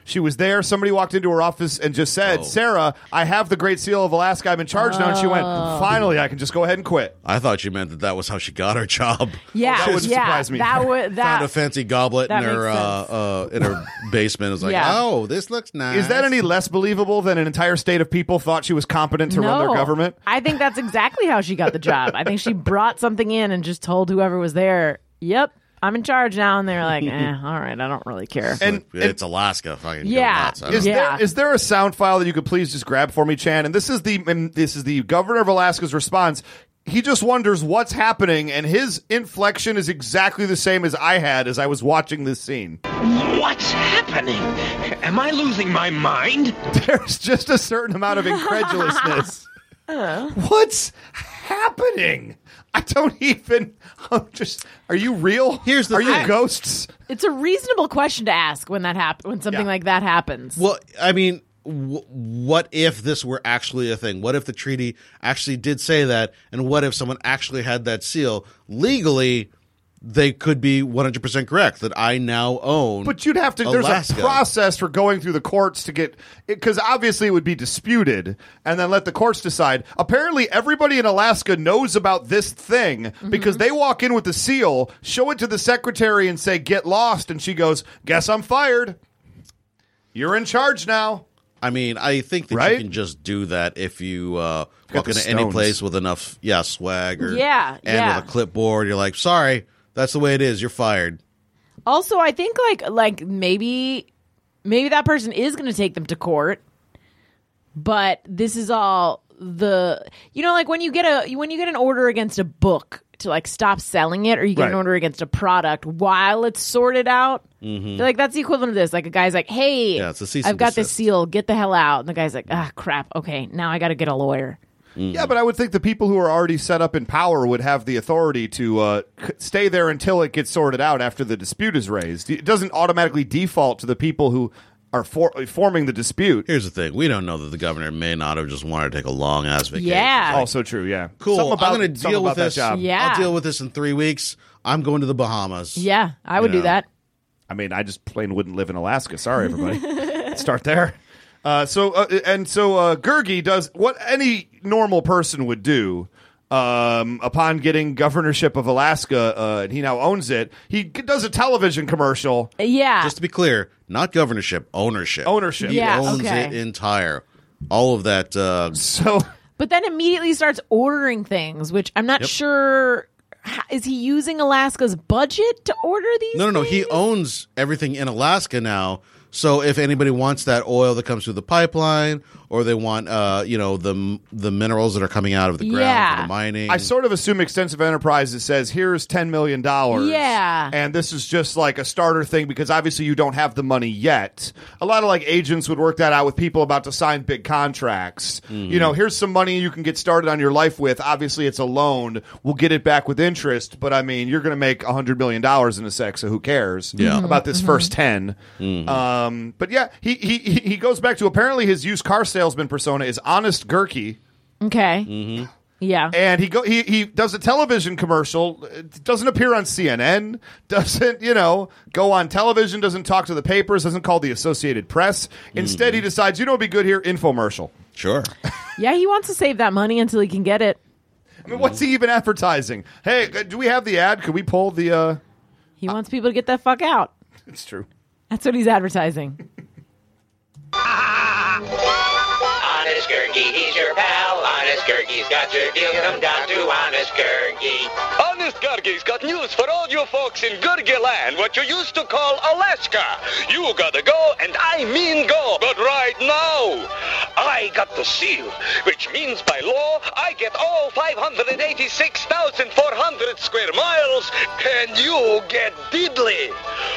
[SPEAKER 4] She was there. Somebody walked into her office and just said, "Sarah, I have the Great Seal of Alaska. I'm in charge now." And she went, "Finally, I can just go ahead and quit."
[SPEAKER 5] I thought you meant that that was how she got her job.
[SPEAKER 6] Yeah,
[SPEAKER 4] that wouldn't
[SPEAKER 6] yeah,
[SPEAKER 4] surprise me.
[SPEAKER 6] That would
[SPEAKER 5] Found a
[SPEAKER 6] that.
[SPEAKER 5] fancy goblet in
[SPEAKER 6] that
[SPEAKER 5] her uh,
[SPEAKER 6] makes
[SPEAKER 5] uh, in her basement. It was like,
[SPEAKER 6] Yeah.
[SPEAKER 5] oh, this looks nice.
[SPEAKER 4] Is that any less believable than an entire state of people thought she was competent to run
[SPEAKER 6] no.
[SPEAKER 4] their government?
[SPEAKER 6] I think that's exactly how she got the job. I think she brought something in and just told whoever was there, "Yep, I'm in charge now." And they're like, eh, "All right, I don't really care."
[SPEAKER 4] And, and
[SPEAKER 5] It's Alaska. Fucking go
[SPEAKER 6] Yeah.
[SPEAKER 5] nuts. I don't
[SPEAKER 4] Is
[SPEAKER 5] know.
[SPEAKER 6] Yeah.
[SPEAKER 4] there is there a sound file that you could please just grab for me, Chan? And this is the and this is the governor of Alaska's response. He just wonders what's happening, and his inflection is exactly the same as I had as I was watching this scene.
[SPEAKER 8] What's happening? Am I losing my mind?
[SPEAKER 4] There's just a certain amount of incredulousness. what's happening? I don't even. I'm just. Are you real?
[SPEAKER 5] Here's the
[SPEAKER 4] Are
[SPEAKER 5] thing.
[SPEAKER 4] you ghosts?
[SPEAKER 6] it's a reasonable question to ask when that hap- when something like that happens.
[SPEAKER 5] Well, I mean, w- what if this were actually a thing? What if the treaty actually did say that? And what if someone actually had that seal? Legally, they could be 100% correct that I now own.
[SPEAKER 4] But you'd have to. There's a
[SPEAKER 5] Alaska.
[SPEAKER 4] process for going through the courts to get because obviously it would be disputed, and then let the courts decide. Apparently, everybody in Alaska knows about this thing because they walk in with the seal, show it to the secretary, and say, "Get lost," and she goes, "Guess I'm fired. You're in charge now."
[SPEAKER 5] I mean, I think that
[SPEAKER 4] Right?
[SPEAKER 5] you can just do that if you uh,
[SPEAKER 4] got
[SPEAKER 5] walk
[SPEAKER 4] the
[SPEAKER 5] into any
[SPEAKER 4] stones.
[SPEAKER 5] place with enough, yeah, swag or
[SPEAKER 6] Yeah,
[SPEAKER 5] and
[SPEAKER 6] yeah.
[SPEAKER 5] with a clipboard. You're like, sorry, that's the way it is. You're fired.
[SPEAKER 6] Also, I think like like maybe maybe that person is going to take them to court, but this is all the you know like when you get a when you get an order against a book to like stop selling it or you get an
[SPEAKER 4] Right.
[SPEAKER 6] order against a product while it's sorted out. Like that's the equivalent of this. Like a guy's like, "Hey,
[SPEAKER 5] Mm-hmm. Yeah, it's a cease and
[SPEAKER 6] I've got this
[SPEAKER 5] desist.
[SPEAKER 6] seal. Get the hell out." And the guy's like, "Ah, crap. Okay, now I got to get a lawyer."
[SPEAKER 4] Yeah, but I would think the people who are already set up in power would have the authority to uh, c- stay there until it gets sorted out after the dispute is raised. It doesn't automatically default to the people who are for- forming the dispute.
[SPEAKER 5] Here's the thing: we don't know that the governor may not have just wanted to take a long ass vacation.
[SPEAKER 6] Yeah.
[SPEAKER 4] Also Oh, true, yeah.
[SPEAKER 5] cool.
[SPEAKER 4] Something about-
[SPEAKER 5] I'm going to
[SPEAKER 4] something
[SPEAKER 5] deal with
[SPEAKER 4] about that
[SPEAKER 5] this.
[SPEAKER 4] job.
[SPEAKER 6] Yeah.
[SPEAKER 5] I'll deal with this in three weeks. I'm going to the Bahamas.
[SPEAKER 6] Yeah, I would do
[SPEAKER 5] You know.
[SPEAKER 6] that.
[SPEAKER 4] I mean, I just plain wouldn't live in Alaska. Sorry, everybody. Let's Start there. Uh, so uh, and so, uh, Gergi does what any normal person would do. Um, upon getting governorship of Alaska, uh, and he now owns it. He g- does a television commercial
[SPEAKER 6] Yeah.
[SPEAKER 5] Just to be clear, not governorship, ownership.
[SPEAKER 4] ownership.
[SPEAKER 6] Yeah.
[SPEAKER 5] He owns
[SPEAKER 6] okay.
[SPEAKER 5] it entire. All of that. Uh,
[SPEAKER 4] So
[SPEAKER 6] but then immediately starts ordering things, which I'm not sure. ho- Is he using Alaska's budget to order these?
[SPEAKER 5] no, no, no. He
[SPEAKER 6] things?
[SPEAKER 5] owns everything in Alaska now. So if anybody wants that oil that comes through the pipeline, or they want, uh, you know, the the minerals that are coming out of the ground for
[SPEAKER 6] Yeah.
[SPEAKER 5] the mining,
[SPEAKER 4] I sort of assume extensive enterprise that says here's ten million dollars.
[SPEAKER 6] Yeah.
[SPEAKER 4] and this is just like a starter thing because obviously you don't have the money yet. A lot of like agents would work that out with people about to sign big contracts. You know, here's some money you can get started on your life with. Obviously, it's a loan. We'll get it back with interest, but I mean, you're going to make a hundred million dollars in a sec, so who cares?
[SPEAKER 5] Yeah.
[SPEAKER 4] about this first 10 Um, but yeah, he, he he he goes back to apparently his used car salesman persona is honest Gurky
[SPEAKER 6] Okay.
[SPEAKER 5] Mm-hmm.
[SPEAKER 6] Yeah.
[SPEAKER 5] Eh.
[SPEAKER 4] and he go he, he does a television commercial uh, doesn't appear on cnn doesn't you know go on television doesn't talk to the papers doesn't call the associated press instead he decides you know what would be good here infomercial
[SPEAKER 5] sure.
[SPEAKER 6] yeah, he wants to save that money until he can get it.
[SPEAKER 4] I mean, what's he even advertising hey uh, do we have the ad could we pull the uh
[SPEAKER 6] He wants people to get that fuck out.
[SPEAKER 4] it's true
[SPEAKER 6] That's what he's advertising.
[SPEAKER 7] Honest Gurky, he's your pal. Honest Gurky's got your deal. Come down to Honest Gurky.
[SPEAKER 8] Honest Gargy's got news for all you folks in Gurgy land, what you used to call Alaska. You gotta go, and I mean go. But right now, I got the seal, which means by law, I get all 586,400 square miles, and you get diddly.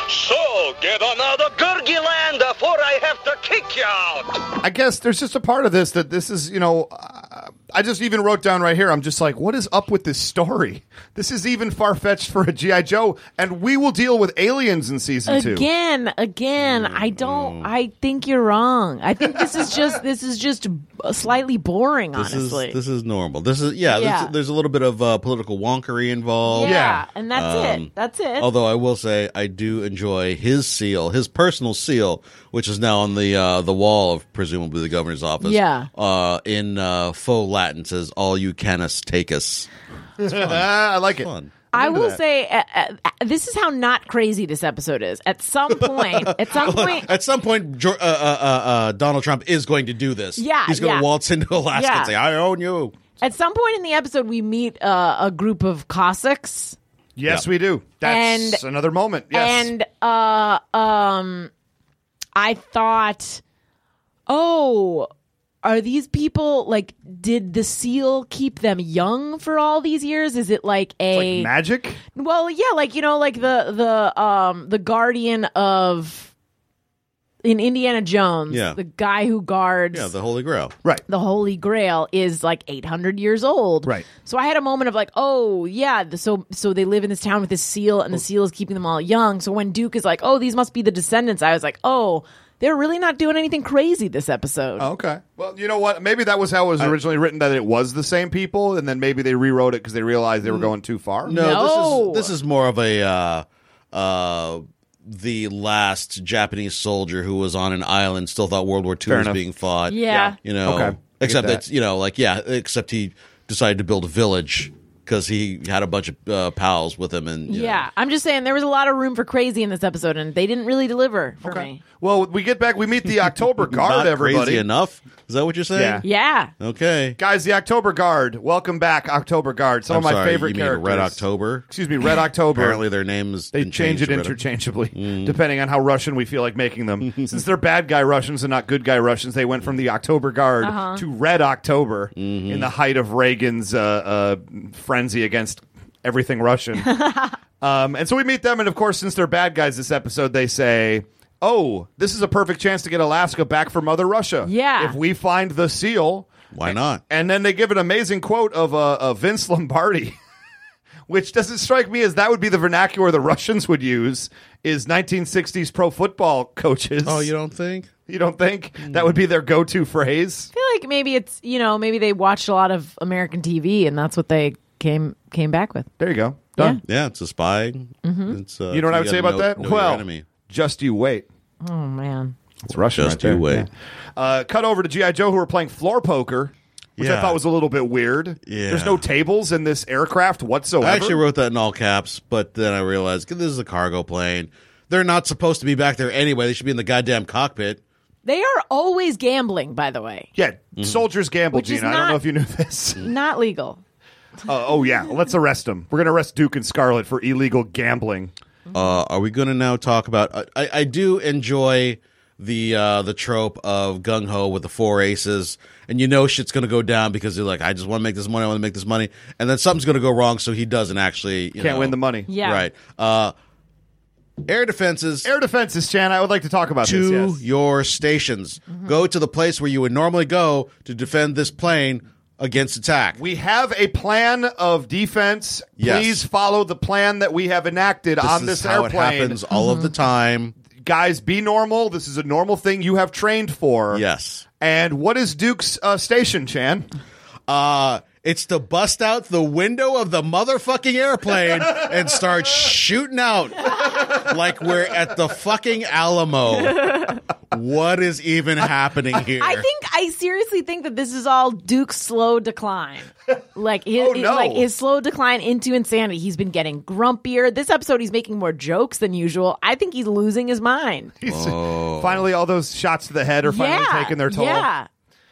[SPEAKER 8] So get on out of Gurgy land before I have to kick you out.
[SPEAKER 4] i guess there's just a part of this that this is you know uh, i just even wrote down right here i'm just like what is up with this story this is even far-fetched for a gi joe and we will deal with aliens in season two
[SPEAKER 6] Again, again, I
[SPEAKER 5] Mm-hmm.
[SPEAKER 6] don't I think you're wrong. I think this is just this is just slightly boring,
[SPEAKER 5] This is
[SPEAKER 6] honestly.
[SPEAKER 5] this is normal. This is yeah.
[SPEAKER 6] Yeah.
[SPEAKER 5] There's, there's a little bit of uh, political wonkery involved.
[SPEAKER 6] yeah,
[SPEAKER 4] yeah.
[SPEAKER 6] and that's
[SPEAKER 5] Um,
[SPEAKER 6] it. That's it.
[SPEAKER 5] Although I will say I do enjoy his seal, his personal seal, which is now on the uh, the wall of presumably the governor's office.
[SPEAKER 6] Yeah.
[SPEAKER 5] Uh, in uh, faux Latin says "All you canis takes."
[SPEAKER 4] Ah, i like it
[SPEAKER 5] Fun.
[SPEAKER 6] I will
[SPEAKER 4] that.
[SPEAKER 6] say uh, uh, uh, this is how not crazy this episode is. At some point, at some point,
[SPEAKER 5] At some point, Geor- uh, uh, uh, uh, Donald Trump is going to do this.
[SPEAKER 6] Yeah,
[SPEAKER 5] he's going to
[SPEAKER 6] yeah.
[SPEAKER 5] waltz into Alaska
[SPEAKER 6] Yeah.
[SPEAKER 5] and say, "I own you."
[SPEAKER 6] at some point in the episode, we meet uh, a group of Cossacks,
[SPEAKER 4] Yes, we do. That's
[SPEAKER 6] And-
[SPEAKER 4] another moment. Yes.
[SPEAKER 6] and uh, um, I thought, oh, are these people like? Did the seal keep them young for all these years? Is it like a
[SPEAKER 4] like magic?
[SPEAKER 6] Well, yeah, like you know, like the the um the guardian of in Indiana Jones,
[SPEAKER 5] Yeah.
[SPEAKER 6] the guy who guards
[SPEAKER 5] Yeah,
[SPEAKER 6] the-,
[SPEAKER 5] the Holy Grail.
[SPEAKER 4] Right.
[SPEAKER 6] Holy Grail is like 800 years old.
[SPEAKER 4] Right.
[SPEAKER 6] So I had a moment of like, oh yeah, th- so so they live in this town with this seal, and the seal is keeping them all young. So when Duke is like, oh, these must be the descendants, I was like, oh, they're really not doing anything crazy this episode.
[SPEAKER 4] Okay. Well, you know what? Maybe that was how it was originally written that it was the same people and then maybe they rewrote it because they realized they
[SPEAKER 5] Mm.
[SPEAKER 4] were going too far.
[SPEAKER 6] No.
[SPEAKER 5] this is this is more of a uh, uh, the last Japanese soldier who was on an island still thought World War II was
[SPEAKER 4] enough.
[SPEAKER 5] being fought.
[SPEAKER 6] Yeah.
[SPEAKER 5] you know,
[SPEAKER 4] Okay. Get that.
[SPEAKER 5] except that's you know, like yeah, except he decided to build a village because he had a bunch of uh, pals with him, and you
[SPEAKER 6] Yeah.
[SPEAKER 5] know.
[SPEAKER 6] I'm just saying there was a lot of room for crazy in this episode, and they didn't really deliver for me.
[SPEAKER 4] Well, we get back. We meet the October
[SPEAKER 5] not
[SPEAKER 4] Guard, everybody.
[SPEAKER 5] crazy enough. Is that what you're saying?
[SPEAKER 6] Yeah.
[SPEAKER 5] Okay.
[SPEAKER 4] Guys, the October Guard. Welcome back, October Guard. Some
[SPEAKER 5] I'm
[SPEAKER 4] of my
[SPEAKER 5] sorry,
[SPEAKER 4] favorite
[SPEAKER 5] you mean
[SPEAKER 4] characters.
[SPEAKER 5] Red October.
[SPEAKER 4] Excuse me, Red October.
[SPEAKER 5] Apparently, their name is
[SPEAKER 4] they
[SPEAKER 5] been
[SPEAKER 4] change
[SPEAKER 5] changed
[SPEAKER 4] it
[SPEAKER 5] to Red October.
[SPEAKER 4] interchangeably,
[SPEAKER 5] Mm.
[SPEAKER 4] depending on how Russian we feel like making them. Since they're bad guy Russians and not good guy Russians, they went from the October Guard to Red October
[SPEAKER 5] Mm-hmm.
[SPEAKER 4] in the height of Reagan's uh, uh, frenzy against everything Russian. um, and so we meet them, and of course, since they're bad guys this episode, they say. Oh, this is a perfect chance to get Alaska back for Mother Russia.
[SPEAKER 6] Yeah.
[SPEAKER 4] If we find the seal,
[SPEAKER 5] Why not?
[SPEAKER 4] and then they give an amazing quote of uh, of Vince Lombardi, which doesn't strike me as that would be the vernacular the Russians would use. Is 1960s pro football coaches?
[SPEAKER 5] Oh, you don't Hmm. think?
[SPEAKER 4] you don't think that would be their go to phrase?
[SPEAKER 6] feel like maybe it's you know maybe they watched a lot of American TV and that's what they came came back with.
[SPEAKER 4] There you go. Done.
[SPEAKER 5] Yeah, it's a spy.
[SPEAKER 6] Mm-hmm.
[SPEAKER 5] It's, uh,
[SPEAKER 4] You know what I would say about
[SPEAKER 5] know-
[SPEAKER 4] that?
[SPEAKER 5] know your
[SPEAKER 4] well,
[SPEAKER 5] enemy.
[SPEAKER 4] just you wait.
[SPEAKER 6] Oh man,
[SPEAKER 4] It's Russian.
[SPEAKER 5] Just you wait.
[SPEAKER 4] Uh, cut over to GI Joe, who are playing floor poker. which I
[SPEAKER 5] Yeah.
[SPEAKER 4] thought was a little bit weird.
[SPEAKER 5] Yeah.
[SPEAKER 4] There's no tables in this aircraft whatsoever.
[SPEAKER 5] I actually wrote that in all caps, but then I realized this is a cargo plane. They're not supposed to be back there anyway. They should be in the goddamn cockpit.
[SPEAKER 6] They are always gambling, by the way.
[SPEAKER 4] yeah,
[SPEAKER 5] Mm-hmm.
[SPEAKER 4] soldiers gamble,
[SPEAKER 6] Which is
[SPEAKER 4] Gina. I don't know
[SPEAKER 6] not-
[SPEAKER 4] if you knew this.
[SPEAKER 6] Not legal.
[SPEAKER 4] Uh, oh yeah, let's arrest him. We're gonna arrest Duke and Scarlet for illegal gambling.
[SPEAKER 5] Uh, are we going to now talk about? uh, I- I, I do enjoy the uh, the trope of gung ho with the four aces, and you know shit's going to go down because you're like, I just want to make this money, I want to make this money, and then something's going to go wrong, so he doesn't actually you
[SPEAKER 4] Can't
[SPEAKER 5] know.
[SPEAKER 4] win the money.
[SPEAKER 6] Yeah.
[SPEAKER 5] right. Uh, air defenses.
[SPEAKER 4] Air defenses, Chan. I would like to talk about
[SPEAKER 5] to
[SPEAKER 4] this. Yes. Mm-hmm.
[SPEAKER 5] your stations. Go to the place where you would normally go to defend this plane against attack.
[SPEAKER 4] We have a plan of defense.
[SPEAKER 5] Yes.
[SPEAKER 4] Please follow the plan that we have enacted on
[SPEAKER 5] is
[SPEAKER 4] this
[SPEAKER 5] how
[SPEAKER 4] airplane. Mm-hmm.
[SPEAKER 5] it happens all of the time.
[SPEAKER 4] Guys, be normal. This is a normal thing you have trained for.
[SPEAKER 5] Yes.
[SPEAKER 4] And what is Duke's uh, station, Chan?
[SPEAKER 5] Uh it's to bust out the window of the motherfucking airplane and start shooting out like we're at the fucking Alamo. What is even happening here?
[SPEAKER 6] I think I seriously think that this is all Duke's slow decline, like his,
[SPEAKER 4] Oh, no.
[SPEAKER 6] like his slow decline into insanity. He's been getting grumpier. This episode, he's making more jokes than usual. I think he's losing his mind.
[SPEAKER 4] Finally, all those shots to the head are finally
[SPEAKER 6] yeah,
[SPEAKER 4] taking their toll.
[SPEAKER 6] Yeah,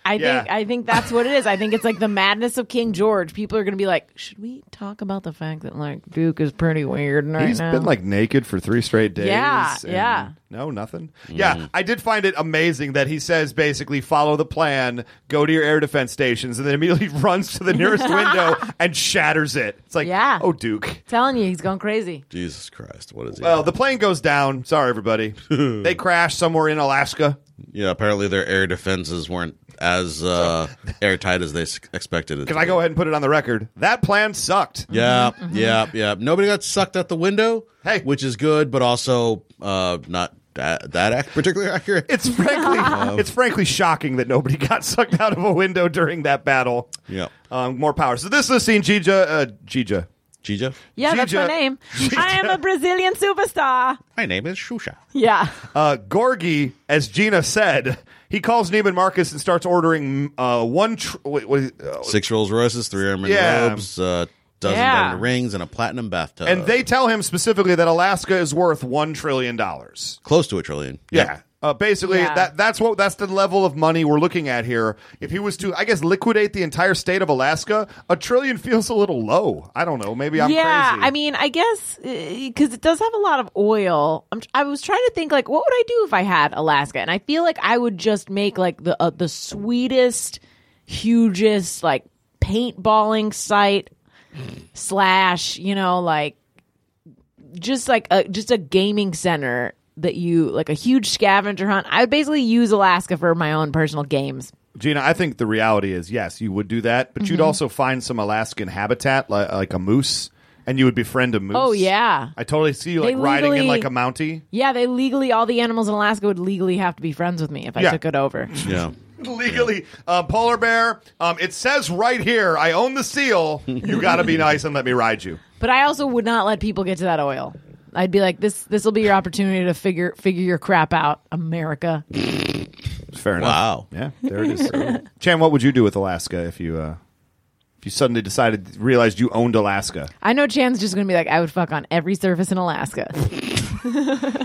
[SPEAKER 6] I
[SPEAKER 4] Yeah.
[SPEAKER 6] think I think that's what it is. I think it's like the madness of King George. People are going to be like, should we talk about the fact that like Duke is pretty weird right
[SPEAKER 4] He's
[SPEAKER 6] now?
[SPEAKER 4] been like naked for three straight days.
[SPEAKER 6] Yeah,
[SPEAKER 4] and
[SPEAKER 6] yeah.
[SPEAKER 4] No, nothing. Yeah, I did find it amazing that he says basically follow the plan, go to your air defense stations, and then immediately runs to the nearest window and shatters it. It's like,
[SPEAKER 6] Yeah.
[SPEAKER 4] oh, Duke.
[SPEAKER 6] telling you, he's going crazy.
[SPEAKER 5] Jesus Christ, what is he?
[SPEAKER 4] Well, the plane goes down. Sorry, everybody. they crash somewhere in Alaska.
[SPEAKER 5] yeah, apparently their air defenses weren't as uh, airtight as they s- expected. it
[SPEAKER 4] Can
[SPEAKER 5] to
[SPEAKER 4] I
[SPEAKER 5] be.
[SPEAKER 4] go ahead and put it on the record? That plan sucked.
[SPEAKER 5] Yeah, yeah, yeah. Nobody got sucked out the window.
[SPEAKER 4] Mm-hmm. Hey.
[SPEAKER 5] which is good, but also uh, not that, that ac- particularly accurate.
[SPEAKER 4] It's frankly, it's frankly shocking that nobody got sucked out of a window during that battle.
[SPEAKER 5] Yeah.
[SPEAKER 4] Um, more power. So this is the scene, Gija. Uh, Gija.
[SPEAKER 5] Gija,
[SPEAKER 6] Yeah, that's my
[SPEAKER 4] Gija-
[SPEAKER 6] name. I am a Brazilian superstar.
[SPEAKER 5] my name is Shusha.
[SPEAKER 6] Yeah.
[SPEAKER 4] Uh, Gorgi, as Gina said, he calls Neiman Marcus and starts ordering uh, one. Tr- wait, what is- uh,
[SPEAKER 5] Six Rolls Royces, three Herman
[SPEAKER 4] Yeah.
[SPEAKER 5] robes, uh, dozen
[SPEAKER 6] Yeah.
[SPEAKER 5] diamond rings, and a platinum bathtub.
[SPEAKER 4] and they tell him specifically that Alaska is worth one trillion dollars.
[SPEAKER 5] close to a trillion.
[SPEAKER 4] Yeah. Uh, basically,
[SPEAKER 6] Yeah.
[SPEAKER 4] that that's what that's the level of money we're looking at here. If he was to, I guess, liquidate the entire state of Alaska, a trillion feels a little low. I don't know. Maybe I'm
[SPEAKER 6] yeah,
[SPEAKER 4] crazy.
[SPEAKER 6] I mean, I guess because it does have a lot of oil. I'm, tr- I was trying to think like, what would I do if I had Alaska? And I feel like I would just make like the uh, the sweetest, hugest like paintballing site slash, you know, like just like a just a gaming center that you like a huge scavenger hunt. I would basically use Alaska for my own personal games.
[SPEAKER 4] Gina, I think the reality is yes, you would do that, but
[SPEAKER 6] Mm-hmm.
[SPEAKER 4] you'd also find some Alaskan habitat, like, like a moose, and you would befriend a moose.
[SPEAKER 6] Oh yeah.
[SPEAKER 4] I totally see you like
[SPEAKER 6] They
[SPEAKER 4] riding in
[SPEAKER 6] legally-
[SPEAKER 4] like a mountie.
[SPEAKER 6] Yeah, they legally all the animals in Alaska would legally have to be friends with me if I
[SPEAKER 4] Yeah.
[SPEAKER 6] took it over.
[SPEAKER 5] Yeah.
[SPEAKER 4] legally uh, polar bear um, it says right here i own the seal you gotta be nice and let me ride you
[SPEAKER 6] But I also would not let people get to that oil. I'd be like, this this will be your opportunity to figure figure your crap out, America.
[SPEAKER 4] fair
[SPEAKER 5] Wow.
[SPEAKER 4] yeah there it is chan what would you do with alaska if you uh, if you suddenly decided realized you owned alaska
[SPEAKER 6] I know Chan's just gonna be like, I would fuck on every surface in Alaska.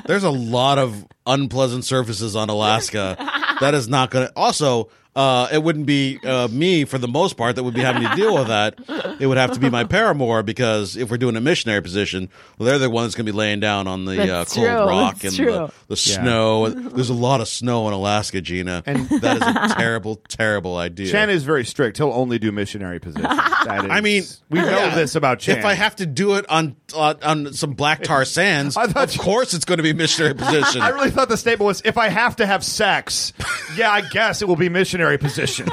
[SPEAKER 5] There's a lot of unpleasant surfaces on Alaska. that is not going to. Also, uh, it wouldn't be uh, me for the most part that would be having to deal with that. It would have to be my paramour because if we're doing a missionary position, well, they're the one that's going to be laying down on the uh, cold
[SPEAKER 6] That's true.
[SPEAKER 5] rock
[SPEAKER 6] That's
[SPEAKER 5] and
[SPEAKER 6] true.
[SPEAKER 5] the, the snow. There's a lot of snow in Alaska, Gina. And that is a terrible, terrible idea.
[SPEAKER 4] chan is very strict he'll only do missionary positions That is-
[SPEAKER 5] I mean,
[SPEAKER 4] we know
[SPEAKER 5] yeah.
[SPEAKER 4] this about chan
[SPEAKER 5] If I have to do it on on, on some black tar sands,
[SPEAKER 4] I thought
[SPEAKER 5] of
[SPEAKER 4] you-
[SPEAKER 5] course it's going to be missionary position.
[SPEAKER 4] I really thought the statement was if I have to have sex, yeah, I guess it will be missionary position.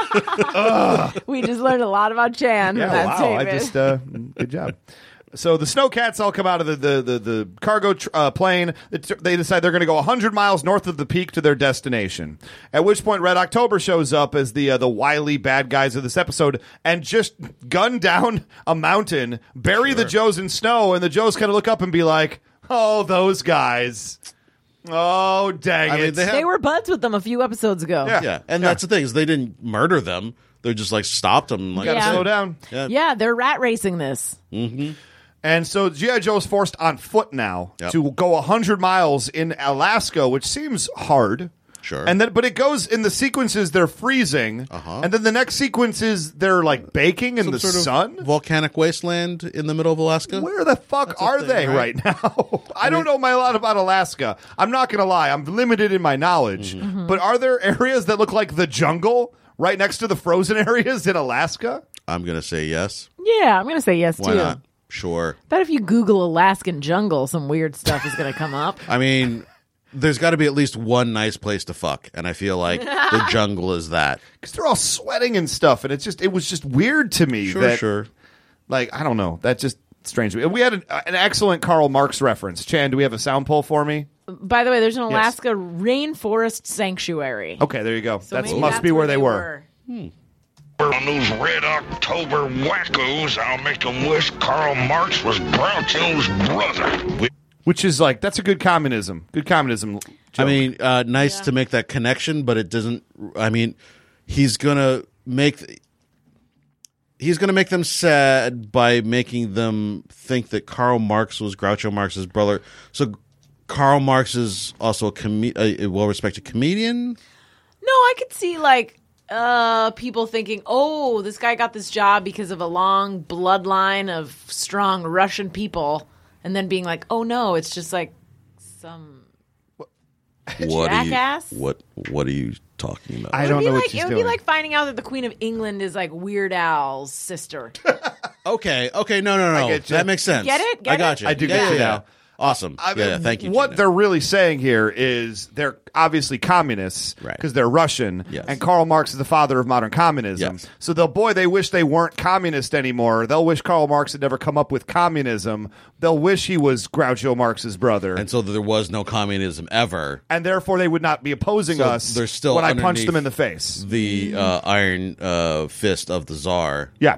[SPEAKER 6] we just learned a lot about Chan.
[SPEAKER 4] Yeah,
[SPEAKER 6] from that
[SPEAKER 4] wow.
[SPEAKER 6] statement.
[SPEAKER 4] I just uh, good job. So the snowcats all come out of the the the, the cargo tr- uh, plane. The tr- They decide they're going to go 100 miles north of the peak to their destination. At which point, Red October shows up as the uh, the wily bad guys of this episode and just gun down a mountain, bury the Joes in snow, and the Joes kind of look up and be like, "Oh, those guys! Oh, dang
[SPEAKER 5] I
[SPEAKER 4] it!
[SPEAKER 5] mean, they have
[SPEAKER 6] they were buds with them a few episodes ago.
[SPEAKER 4] uh, Yeah.
[SPEAKER 5] yeah, and that's the thing is they didn't murder them. They're just like stopped them. Like,
[SPEAKER 4] Got to
[SPEAKER 6] Yeah.
[SPEAKER 4] slow down.
[SPEAKER 5] Yeah.
[SPEAKER 6] Yeah, they're rat racing this.
[SPEAKER 4] And so GI Joe is forced on foot now
[SPEAKER 5] Yep.
[SPEAKER 4] to go 100 miles in Alaska, which seems hard.
[SPEAKER 5] Sure.
[SPEAKER 4] And then but it goes in the sequences they're freezing. Uh-huh. And then the next sequence is they're like baking in
[SPEAKER 5] some
[SPEAKER 4] the
[SPEAKER 5] sort of
[SPEAKER 4] sun.
[SPEAKER 5] volcanic wasteland in the middle of Alaska.
[SPEAKER 4] Where the fuck are
[SPEAKER 5] thing,
[SPEAKER 4] they right,
[SPEAKER 5] right?
[SPEAKER 4] now? I, don't know my lot about Alaska. I'm not gonna lie. I'm limited in my knowledge.
[SPEAKER 5] Mm-hmm.
[SPEAKER 4] But are there areas that look like the jungle right next to the frozen areas in Alaska?
[SPEAKER 5] I'm gonna say yes.
[SPEAKER 6] Yeah, I'm gonna say yes
[SPEAKER 5] Why
[SPEAKER 6] too.
[SPEAKER 5] not? Sure.
[SPEAKER 6] But if you Google Alaskan jungle, some weird stuff is gonna come up.
[SPEAKER 5] I mean, there's got to be at least one nice place to fuck, and I feel like the jungle is that.
[SPEAKER 4] Because they're all sweating and stuff, and it's just it was just weird to me
[SPEAKER 5] Sure,
[SPEAKER 4] that
[SPEAKER 5] sure.
[SPEAKER 4] like I don't know. That just strange. to me. We had an, an excellent Karl Marx reference. Chan, do we have a sound poll for me?
[SPEAKER 6] By the way, there's an Alaska rainforest sanctuary.
[SPEAKER 4] Okay, there you go.
[SPEAKER 6] So
[SPEAKER 4] that
[SPEAKER 6] maybe
[SPEAKER 4] Oh, must
[SPEAKER 6] that's
[SPEAKER 4] be where
[SPEAKER 6] where
[SPEAKER 4] they were.
[SPEAKER 8] On those Red October wackos, I'll make them wish Karl Marx was Groucho's brother.
[SPEAKER 4] Which is like that's a good communism. Good communism. joke.
[SPEAKER 5] I mean, uh, nice to make that connection, but it doesn't. I mean, he's gonna make he's gonna make them sad by making them think that Karl Marx was Groucho Marx's brother. So Karl Marx is also a, com- a well-respected comedian.
[SPEAKER 6] No, I could see like uh people thinking, "Oh, this guy got this job because of a long bloodline of strong Russian people," and then being like, "Oh no, it's just like some."
[SPEAKER 5] What
[SPEAKER 6] Jackass?
[SPEAKER 5] Are you, what What are you talking about?
[SPEAKER 4] I
[SPEAKER 6] It would
[SPEAKER 4] don't
[SPEAKER 6] be
[SPEAKER 4] know
[SPEAKER 6] like
[SPEAKER 4] what she's
[SPEAKER 6] it would
[SPEAKER 4] doing.
[SPEAKER 6] be like finding out that the Queen of England is like Weird Al's sister.
[SPEAKER 5] okay, okay, no, no, no,
[SPEAKER 4] get you.
[SPEAKER 5] that makes sense.
[SPEAKER 6] Get it? Get
[SPEAKER 5] I got
[SPEAKER 6] it?
[SPEAKER 5] you.
[SPEAKER 4] I do
[SPEAKER 5] Yeah,
[SPEAKER 4] get
[SPEAKER 5] yeah,
[SPEAKER 4] you
[SPEAKER 5] yeah.
[SPEAKER 4] now.
[SPEAKER 5] Awesome.
[SPEAKER 4] I mean,
[SPEAKER 5] yeah, thank you.
[SPEAKER 4] What
[SPEAKER 5] Gina.
[SPEAKER 4] they're really saying here is they're obviously communists
[SPEAKER 5] Right.
[SPEAKER 4] because they're Russian,
[SPEAKER 5] Yes.
[SPEAKER 4] and Karl Marx is the father of modern communism.
[SPEAKER 5] Yes.
[SPEAKER 4] So they'll boy, they wish they weren't communist anymore. They'll wish Karl Marx had never come up with communism. They'll wish he was Groucho Marx's brother,
[SPEAKER 5] and
[SPEAKER 4] and,
[SPEAKER 5] so there was no communism ever.
[SPEAKER 4] therefore they would not be opposing
[SPEAKER 5] So
[SPEAKER 4] us.
[SPEAKER 5] they're still
[SPEAKER 4] when I punch
[SPEAKER 5] underneath-
[SPEAKER 4] them in the face.
[SPEAKER 5] The uh, iron uh, fist of the czar.
[SPEAKER 4] Yeah,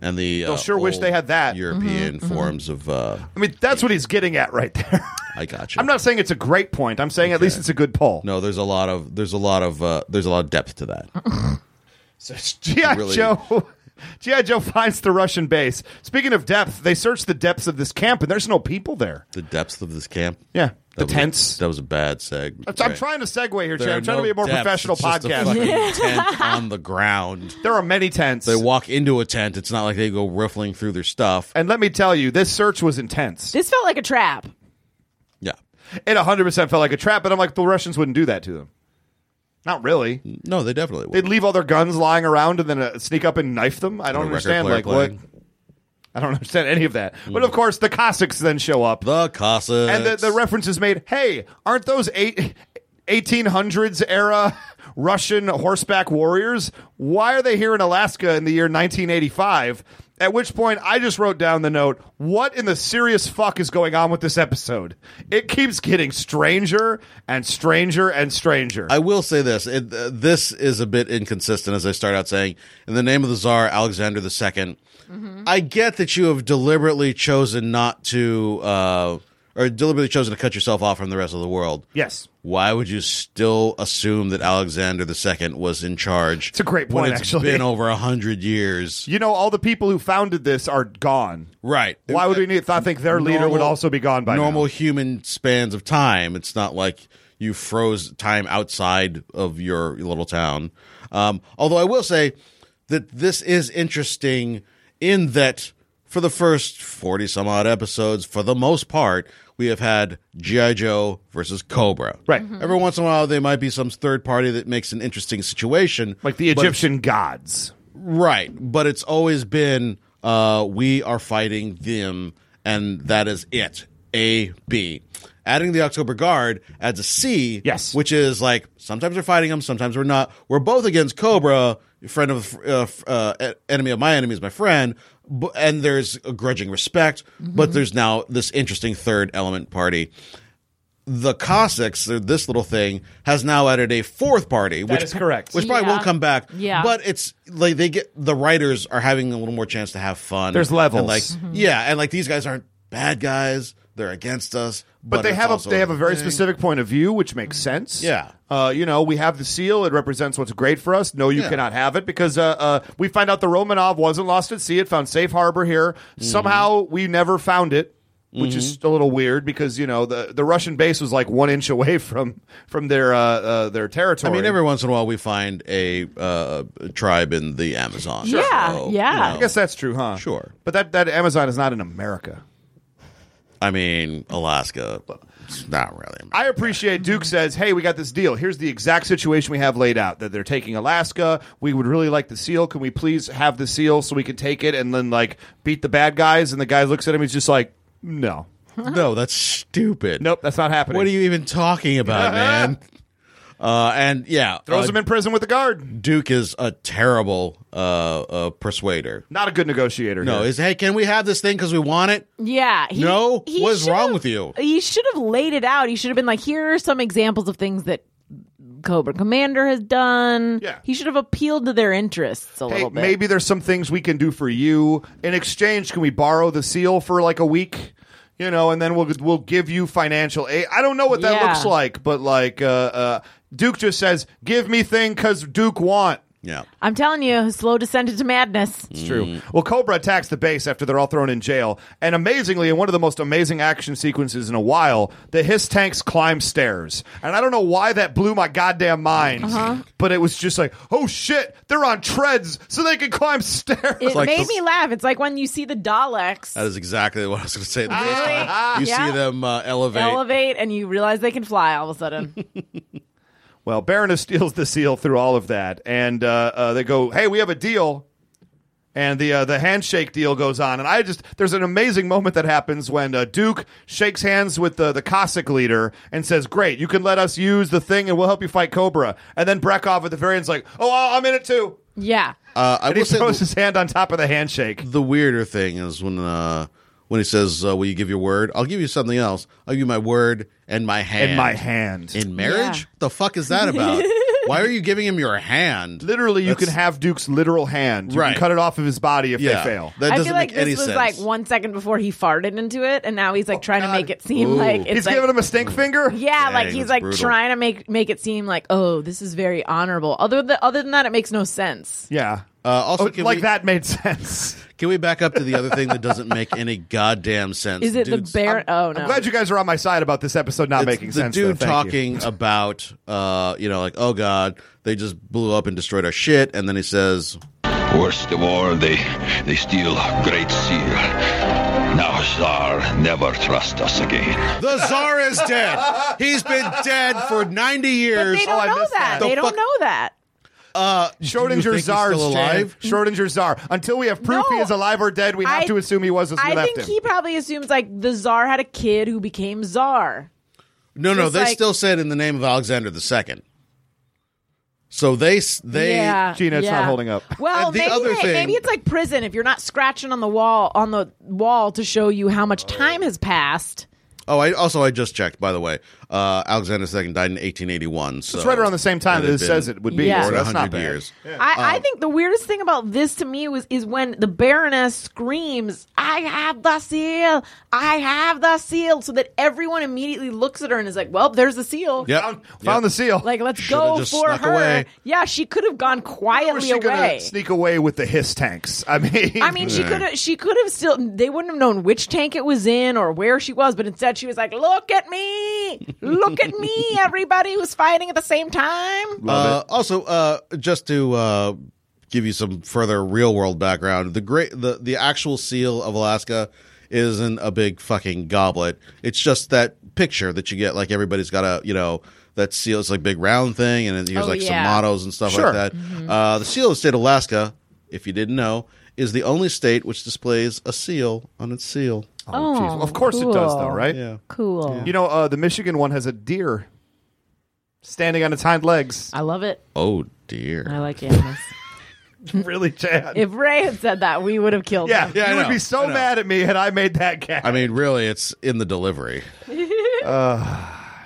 [SPEAKER 5] and the uh,
[SPEAKER 4] They'll sure wish
[SPEAKER 5] old
[SPEAKER 4] they had that.
[SPEAKER 5] European forms of. Uh,
[SPEAKER 4] I mean that's what he's getting at right there.
[SPEAKER 5] I got you.
[SPEAKER 4] I'm not saying it's a great point. I'm saying at least it's a good poll.
[SPEAKER 5] No, there's a lot of there's a lot of uh, there's a lot of depth to that.
[SPEAKER 4] G.I.
[SPEAKER 5] Really-
[SPEAKER 4] Joe. G.I. Joe finds the Russian base. Speaking of depth, they search the depths of this camp and there's no people there.
[SPEAKER 5] The depths of this camp.
[SPEAKER 4] Yeah.
[SPEAKER 5] That
[SPEAKER 4] The
[SPEAKER 5] was-
[SPEAKER 4] tents.
[SPEAKER 5] that was a bad seg.
[SPEAKER 4] I'm- I'm trying to segue here, Chad.
[SPEAKER 5] There
[SPEAKER 4] I'm
[SPEAKER 5] are
[SPEAKER 4] trying
[SPEAKER 5] no
[SPEAKER 4] to be a more
[SPEAKER 5] depths.
[SPEAKER 4] professional
[SPEAKER 5] It's just a
[SPEAKER 4] podcast.
[SPEAKER 5] fucking tent on the ground.
[SPEAKER 4] there are many tents.
[SPEAKER 5] They walk into a tent. It's not like they go riffling through their stuff.
[SPEAKER 4] and let me tell you, this search was intense.
[SPEAKER 6] this felt like a trap.
[SPEAKER 5] Yeah.
[SPEAKER 4] It 100% felt like a trap, but I'm like, the Russians wouldn't do that to them. Not really.
[SPEAKER 5] No, they definitely would.
[SPEAKER 4] They'd leave all their guns lying around and then uh, sneak up and knife them. I don't
[SPEAKER 5] record
[SPEAKER 4] understand.
[SPEAKER 5] player
[SPEAKER 4] Like,
[SPEAKER 5] playing. Mm.
[SPEAKER 4] what? I don't understand any of that. But of course, the Cossacks then show up.
[SPEAKER 5] the Cossacks.
[SPEAKER 4] and the, the reference is made hey aren't those eight, 1800s era russian horseback warriors why are they here in alaska in the year 1985 at which point i just wrote down the note what in the serious fuck is going on with this episode it keeps getting stranger and stranger and stranger
[SPEAKER 5] I will say this. It, uh, this is a bit inconsistent, as I start out saying. In the name of the Tsar Alexander II,
[SPEAKER 4] Mm-hmm.
[SPEAKER 5] I get that you have deliberately chosen not to, uh, or deliberately chosen to cut yourself off from the rest of the world.
[SPEAKER 4] yes
[SPEAKER 5] Why would you still assume that Alexander II was in charge? It's
[SPEAKER 4] a great
[SPEAKER 5] When
[SPEAKER 4] point,
[SPEAKER 5] it's
[SPEAKER 4] actually.
[SPEAKER 5] been over a hundred years,
[SPEAKER 4] you know all the people who founded this are gone
[SPEAKER 5] right?
[SPEAKER 4] why would we need i think their leader would
[SPEAKER 5] Normal-
[SPEAKER 4] also be gone by now.
[SPEAKER 5] normal human spans of time. It's not like you froze time outside of your little town. Um, although I will say that this is interesting in that for the first 40 some odd episodes, for the most part, we have had G.I. Joe versus Cobra.
[SPEAKER 4] Right. Mhm.
[SPEAKER 5] Every once in a while, there might be some third party that makes an interesting situation.
[SPEAKER 4] like the
[SPEAKER 5] but it's-
[SPEAKER 4] egyptian gods
[SPEAKER 5] Right, but it's always been uh, we are fighting them, and that is it. A B. Adding the October Guard adds a C.
[SPEAKER 4] Yes.
[SPEAKER 5] which is like sometimes we're fighting them, sometimes we're not. We're both against Cobra, friend of uh, f- uh, e- enemy of my enemy is my friend, b- and there's a grudging respect.
[SPEAKER 4] Mm-hmm.
[SPEAKER 5] But there's now this interesting third element party. The Cossacks, they're- this little thing, has now added a fourth party, which
[SPEAKER 4] is correct.
[SPEAKER 5] Which probably
[SPEAKER 6] Yeah.
[SPEAKER 5] won't come back.
[SPEAKER 6] Yeah.
[SPEAKER 5] but it's like they get the writers are having a little more chance to have fun.
[SPEAKER 4] There's
[SPEAKER 5] And,
[SPEAKER 6] Mm-hmm.
[SPEAKER 4] levels.
[SPEAKER 5] like yeah, and like these guys aren't bad guys. They're against us.
[SPEAKER 4] but, they
[SPEAKER 5] it's
[SPEAKER 4] have a
[SPEAKER 5] also
[SPEAKER 4] they have a very
[SPEAKER 5] thing.
[SPEAKER 4] specific point of view, which makes sense.
[SPEAKER 5] Yeah.
[SPEAKER 4] uh, you know, we have the seal; it represents what's great for us. No, you
[SPEAKER 5] Yeah.
[SPEAKER 4] cannot have it because uh, uh, we find out the Romanov wasn't lost at sea; it found safe harbor here.
[SPEAKER 5] Mm-hmm.
[SPEAKER 4] Somehow, we never found it, which is a little weird because you know the the Russian base was like one inch away from from their uh, uh, their
[SPEAKER 5] I
[SPEAKER 4] territory.
[SPEAKER 5] mean, every once in a while we find a uh, tribe in the Amazon.
[SPEAKER 6] Yeah,
[SPEAKER 5] So,
[SPEAKER 6] yeah.
[SPEAKER 4] I guess that's true, huh?
[SPEAKER 5] Oh. Sure.
[SPEAKER 4] but that that Amazon is not in America.
[SPEAKER 5] I mean, Alaska. It's not really.
[SPEAKER 4] I appreciate Duke says, "Hey, we got this deal. Here's the exact situation we have laid out that they're taking Alaska. We would really like the seal. Can we please have the seal so we can take it and then like beat the bad guys?" And the guy looks at him. He's just like, "No,
[SPEAKER 5] no, that's stupid.
[SPEAKER 4] nope, that's not happening."
[SPEAKER 5] What are you even talking about, man? Uh, and yeah,
[SPEAKER 4] Throws
[SPEAKER 5] uh,
[SPEAKER 4] him in prison with the guard.
[SPEAKER 5] Duke is a terrible uh, uh, persuader.
[SPEAKER 4] Not a good negotiator.
[SPEAKER 5] No,
[SPEAKER 4] here.
[SPEAKER 5] is hey, can we have this thing because we want it?
[SPEAKER 6] Yeah. He,
[SPEAKER 5] No?
[SPEAKER 6] he
[SPEAKER 5] What is
[SPEAKER 6] should
[SPEAKER 5] wrong
[SPEAKER 6] have-
[SPEAKER 5] with you?
[SPEAKER 6] He should have laid it out. He should have been like, here are some examples of things that Cobra Commander has done.
[SPEAKER 4] Yeah.
[SPEAKER 6] He should have appealed to their interests a
[SPEAKER 4] Hey,
[SPEAKER 6] little bit.
[SPEAKER 4] maybe there's some things we can do for you in exchange. Can we borrow the seal for like a week? You know, and then we'll we'll give you financial aid. I don't know what that
[SPEAKER 6] Yeah.
[SPEAKER 4] looks like, but like uh, uh, Duke just says, "Give me thing because Duke want."
[SPEAKER 5] Yeah,
[SPEAKER 6] I'm telling you, slow descent into madness.
[SPEAKER 4] It's true.
[SPEAKER 6] Mm.
[SPEAKER 4] Well, Cobra attacks the base after they're all thrown in jail, and amazingly, in one of the most amazing action sequences in a while, the hiss tanks climb stairs, and I don't know why that blew my goddamn mind,
[SPEAKER 6] Uh-huh.
[SPEAKER 4] but it was just like, oh shit, they're on treads, so they can climb stairs.
[SPEAKER 6] It
[SPEAKER 5] like
[SPEAKER 6] made
[SPEAKER 5] the-
[SPEAKER 6] me laugh. It's like when you see the Daleks
[SPEAKER 5] that is exactly what I was going to say. The first
[SPEAKER 6] Really?
[SPEAKER 5] time you
[SPEAKER 6] Yeah.
[SPEAKER 5] see them uh, elevate.
[SPEAKER 6] elevate and you realize they can fly all of a sudden.
[SPEAKER 4] Well, Baroness steals the seal through all of that, and uh, uh, they go, "Hey, we have a deal." And the uh, the handshake deal goes on, and I just there's an amazing moment that happens when uh, Duke shakes hands with the the Cossack leader and says, "Great, you can let us use the thing, and we'll help you fight Cobra." And then Brekov at the very end's like, "Oh, I- I'm in it too,"
[SPEAKER 6] yeah.
[SPEAKER 5] Uh, I
[SPEAKER 4] and he
[SPEAKER 5] will say
[SPEAKER 4] throws
[SPEAKER 5] the,
[SPEAKER 4] his hand on top of the handshake.
[SPEAKER 5] the weirder thing is when uh, when he says, uh, "Will you give your word?" I'll give you something else. I'll give you my word and my hand.
[SPEAKER 4] In my hand,
[SPEAKER 5] in marriage. The fuck is that about? Why are you giving him your hand?
[SPEAKER 4] literally, you
[SPEAKER 5] That's-
[SPEAKER 4] can have Duke's literal hand. You
[SPEAKER 5] Right.
[SPEAKER 4] can cut it off of his body if
[SPEAKER 5] yeah,
[SPEAKER 4] they fail.
[SPEAKER 5] That
[SPEAKER 6] I
[SPEAKER 5] doesn't
[SPEAKER 6] feel like
[SPEAKER 5] make any
[SPEAKER 6] this was
[SPEAKER 5] sense.
[SPEAKER 6] like one second before he farted into it, and now he's like trying to make it seem
[SPEAKER 5] Ooh.
[SPEAKER 6] like it's
[SPEAKER 4] Oh, He's
[SPEAKER 6] like,
[SPEAKER 4] giving him a stink finger.
[SPEAKER 6] Yeah,
[SPEAKER 5] Dang,
[SPEAKER 6] like he's
[SPEAKER 5] that's
[SPEAKER 6] like
[SPEAKER 5] brutal.
[SPEAKER 6] trying to make make it seem like oh, this is very honorable. Other than other than that, it makes no sense.
[SPEAKER 4] Yeah.
[SPEAKER 5] uh, also,
[SPEAKER 4] Oh,
[SPEAKER 5] can
[SPEAKER 4] like
[SPEAKER 5] we,
[SPEAKER 4] that made sense.
[SPEAKER 5] Can we back up to the other thing that doesn't make any goddamn sense?
[SPEAKER 6] Is it
[SPEAKER 5] Dude's-
[SPEAKER 6] the bear? oh no,
[SPEAKER 4] I'm glad you guys are on my side about this episode not
[SPEAKER 5] It's
[SPEAKER 4] making
[SPEAKER 5] the
[SPEAKER 4] sense. though.
[SPEAKER 5] dude
[SPEAKER 4] Thank you.
[SPEAKER 5] talking about, uh, you know, like, oh god, they just blew up and destroyed our shit, and then he says,
[SPEAKER 8] Worst of all, they they steal Great Seal. Now Tsar never trust us again.
[SPEAKER 5] "The czar is dead. He's been dead for ninety
[SPEAKER 6] but
[SPEAKER 5] years." Oh,
[SPEAKER 6] they don't
[SPEAKER 4] I
[SPEAKER 6] know
[SPEAKER 4] missed
[SPEAKER 6] that.
[SPEAKER 4] that.
[SPEAKER 6] They
[SPEAKER 5] The
[SPEAKER 6] don't
[SPEAKER 5] fuck-
[SPEAKER 6] know that.
[SPEAKER 5] You think
[SPEAKER 4] Schrodinger's
[SPEAKER 5] he's
[SPEAKER 4] czar
[SPEAKER 5] still
[SPEAKER 4] is alive.
[SPEAKER 5] alive?
[SPEAKER 4] Schrodinger's czar. Until we have proof
[SPEAKER 6] No.
[SPEAKER 4] he is alive or dead, we have
[SPEAKER 6] I-
[SPEAKER 4] to assume he was as we
[SPEAKER 6] I
[SPEAKER 4] left
[SPEAKER 6] think
[SPEAKER 4] him.
[SPEAKER 6] he probably assumes like the czar had a kid who became czar.
[SPEAKER 5] No, no,
[SPEAKER 6] Just
[SPEAKER 5] they
[SPEAKER 6] like-
[SPEAKER 5] still said in the name of Alexander the Second. So they s- they
[SPEAKER 6] yeah,
[SPEAKER 4] Gina, it's
[SPEAKER 6] yeah.
[SPEAKER 4] not holding up.
[SPEAKER 6] Well,
[SPEAKER 5] And the
[SPEAKER 6] maybe
[SPEAKER 5] other
[SPEAKER 6] they-
[SPEAKER 5] thing-
[SPEAKER 6] maybe it's like prison. If you're not scratching on the wall on the wall to show you how much time has passed.
[SPEAKER 5] Oh, I also I just checked. By the way, uh, Alexander II died in 1881. So
[SPEAKER 4] It's right around the same time that
[SPEAKER 5] it'd
[SPEAKER 4] it
[SPEAKER 5] been
[SPEAKER 4] says it would be.
[SPEAKER 6] Yeah.
[SPEAKER 4] so
[SPEAKER 5] more than
[SPEAKER 4] that's not
[SPEAKER 5] 100
[SPEAKER 4] bad.
[SPEAKER 5] years.
[SPEAKER 6] I,
[SPEAKER 4] Um,
[SPEAKER 6] I think the weirdest thing about this to me was is when the Baroness screams, "I have the seal! I have the seal!" So that everyone immediately looks at her and is like, "Well, there's the seal."
[SPEAKER 5] Yep.
[SPEAKER 4] Found, found the seal.
[SPEAKER 6] Like, let's
[SPEAKER 5] Shoulda
[SPEAKER 6] go
[SPEAKER 5] just
[SPEAKER 6] for
[SPEAKER 5] snuck
[SPEAKER 6] her.
[SPEAKER 5] away.
[SPEAKER 6] Yeah, she could have gone
[SPEAKER 4] How was
[SPEAKER 6] quietly
[SPEAKER 4] she gonna
[SPEAKER 6] away.
[SPEAKER 4] sneak away with the hiss tanks? I mean,
[SPEAKER 6] I mean, she could have. She could have still. They wouldn't have known which tank it was in or where she was. But instead, she was like, "Look at me! Look at me! Everybody was fighting at the same time."
[SPEAKER 5] Uh, also, uh, just to uh, give you some further real world background, the great the the actual seal of Alaska isn't a big fucking goblet. It's just that picture that you get. Like everybody's got a you know that seal. It's like big round thing, and here's
[SPEAKER 6] Oh,
[SPEAKER 5] like
[SPEAKER 6] yeah. Mm-hmm.
[SPEAKER 5] some mottos and stuff
[SPEAKER 4] Sure.
[SPEAKER 5] like that. Uh, the seal of the state of Alaska, if you didn't know, is the only state which displays a seal on its seal.
[SPEAKER 6] Oh,
[SPEAKER 4] Jeez. of course it does, though,
[SPEAKER 6] cool.
[SPEAKER 4] right?
[SPEAKER 5] Yeah.
[SPEAKER 6] Cool.
[SPEAKER 4] You know, uh, the Michigan one has a deer standing on its hind legs.
[SPEAKER 6] I love it.
[SPEAKER 5] Oh dear.
[SPEAKER 6] I like animals.
[SPEAKER 4] really, Chad?
[SPEAKER 6] If Ray had said that, we would have killed
[SPEAKER 4] yeah,
[SPEAKER 6] him.
[SPEAKER 5] Yeah, I
[SPEAKER 4] you would
[SPEAKER 5] know.
[SPEAKER 4] be
[SPEAKER 5] I
[SPEAKER 4] so
[SPEAKER 5] know.
[SPEAKER 4] mad at me had I made that gag.
[SPEAKER 5] I mean, really, it's in the delivery.